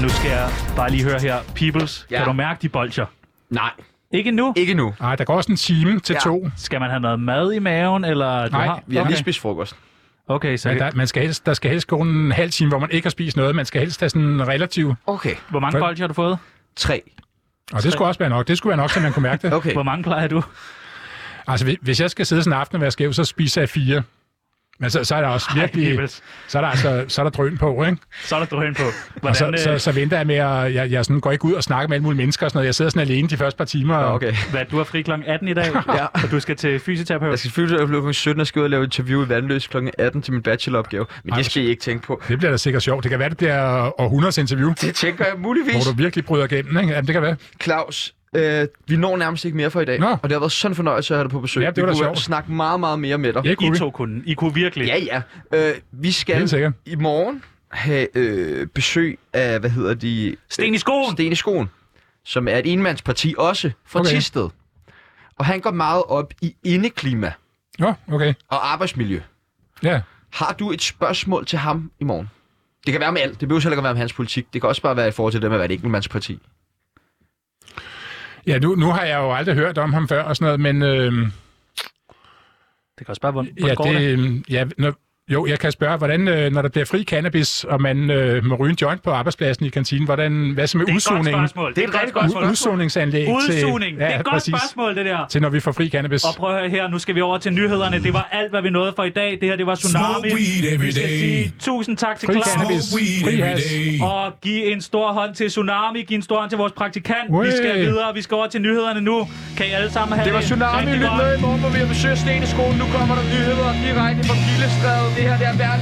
Speaker 2: Nu skal jeg bare lige høre her. Peoples, ja. kan du mærke de bolcher?
Speaker 3: Nej.
Speaker 2: Ikke nu?
Speaker 3: Ikke nu.
Speaker 4: Nej, der går også en time til
Speaker 2: ja.
Speaker 4: to.
Speaker 2: Skal man have noget mad i maven, eller du
Speaker 4: Nej,
Speaker 2: har?
Speaker 4: vi har lige
Speaker 3: spist frokost.
Speaker 2: Okay, så...
Speaker 4: Men der, man skal helst, der skal helst gå en halv time, hvor man ikke har spist noget. Man skal helst have sådan relativ...
Speaker 3: Okay.
Speaker 2: Hvor mange
Speaker 4: For-
Speaker 2: bolcher har du fået?
Speaker 3: Tre.
Speaker 4: Og det skulle også være nok. Det skulle være nok, så man kunne mærke
Speaker 3: <laughs>
Speaker 4: det.
Speaker 3: Okay.
Speaker 2: Hvor mange plejer du?
Speaker 4: Altså, hvis- hvis jeg skal sidde sådan en aften og være skæv, så spiser jeg fire. Men så, så er der også virkelig... Ej, så er der, altså, så er der drøn på, ikke?
Speaker 2: Så er der drøn på.
Speaker 4: Og så,
Speaker 2: Hvordan, øh-
Speaker 4: så, så, venter jeg med, at jeg, jeg sådan går ikke ud og snakker med alle mulige mennesker og sådan noget. Jeg sidder sådan alene de første par timer. Og,
Speaker 3: Okay.
Speaker 2: øh, Hvad, du har fri kl. 18
Speaker 4: <laughs>
Speaker 2: i dag,
Speaker 3: Ja.
Speaker 2: og du skal til fysioterapeut?
Speaker 3: Jeg skal fysioterapeut kl. 17 og skal ud og lave interview i Vandløs kl. 18 til min bacheloropgave. Men det skal I ikke tænke på.
Speaker 4: Det bliver da sikkert sjovt. Det kan være, det bliver århundredes interview.
Speaker 3: Det tænker jeg muligvis.
Speaker 4: Hvor du virkelig bryder igennem, ikke? Jamen, det kan være.
Speaker 3: Claus, øh, vi når nærmest ikke mere for i dag, Nå. og det har været sådan en fornøjelse at have dig på besøg.
Speaker 4: Ja, det var
Speaker 3: vi
Speaker 4: da
Speaker 3: kunne
Speaker 4: sjovt.
Speaker 3: snakke meget, meget mere med dig.
Speaker 4: Ja, kunne I vi.
Speaker 2: to kunne. I kunne virkelig.
Speaker 3: Ja, ja. Øh, vi
Speaker 4: Helt
Speaker 3: skal
Speaker 4: sikkert.
Speaker 3: i morgen have øh, besøg af, hvad hedder de?
Speaker 2: Sten i skoen.
Speaker 3: Sten i skoen, som er et enmandsparti også fra okay.
Speaker 4: Okay.
Speaker 3: Tisted. Og han går meget op i indeklima
Speaker 4: Nå, okay.
Speaker 3: og arbejdsmiljø.
Speaker 4: Ja.
Speaker 3: Har du et spørgsmål til ham i morgen? Det kan være med alt. Det behøver heller ikke at være med hans politik. Det kan også bare være i forhold til det med at være et enkeltmandsparti.
Speaker 4: Ja, nu, nu har jeg jo aldrig hørt om ham før og sådan noget, men... Øh,
Speaker 2: Det kan også bare, hvor, hvor
Speaker 4: ja,
Speaker 2: går det?
Speaker 4: det, øh, ja, når, jo, jeg kan spørge, hvordan, øh, når der bliver fri cannabis, og man øh, må ryge en joint på arbejdspladsen i kantinen, hvordan, hvad så med
Speaker 2: Det er et godt
Speaker 4: udsugningen?
Speaker 2: spørgsmål. Det er et rigtig godt spørgsmål.
Speaker 4: Udsugningsanlæg
Speaker 2: Udsugning.
Speaker 4: til...
Speaker 2: Det er et godt spørgsmål, det der.
Speaker 4: Til når vi får fri cannabis.
Speaker 2: Og prøv at høre her, nu skal vi over til nyhederne. Det var alt, hvad vi nåede for i dag. Det her, det var Tsunami.
Speaker 23: Smoke weed every
Speaker 2: Vi skal
Speaker 23: day.
Speaker 2: sige tusind tak til
Speaker 23: Fri
Speaker 2: Claus.
Speaker 23: cannabis. Fri has.
Speaker 2: Og giv en stor hånd til Tsunami. Giv en stor hånd til vores praktikant. Vi skal
Speaker 23: Wey.
Speaker 2: videre. Vi skal over til nyhederne nu. Kan I alle sammen have
Speaker 3: Det var
Speaker 2: en
Speaker 3: Tsunami.
Speaker 2: rigtig
Speaker 3: Lyt
Speaker 2: godt-
Speaker 3: med i morgen, hvor vi har besøgt Sten i skolen. Nu kommer der nyheder direkte fra Gildestræde. Det her det er Berlin.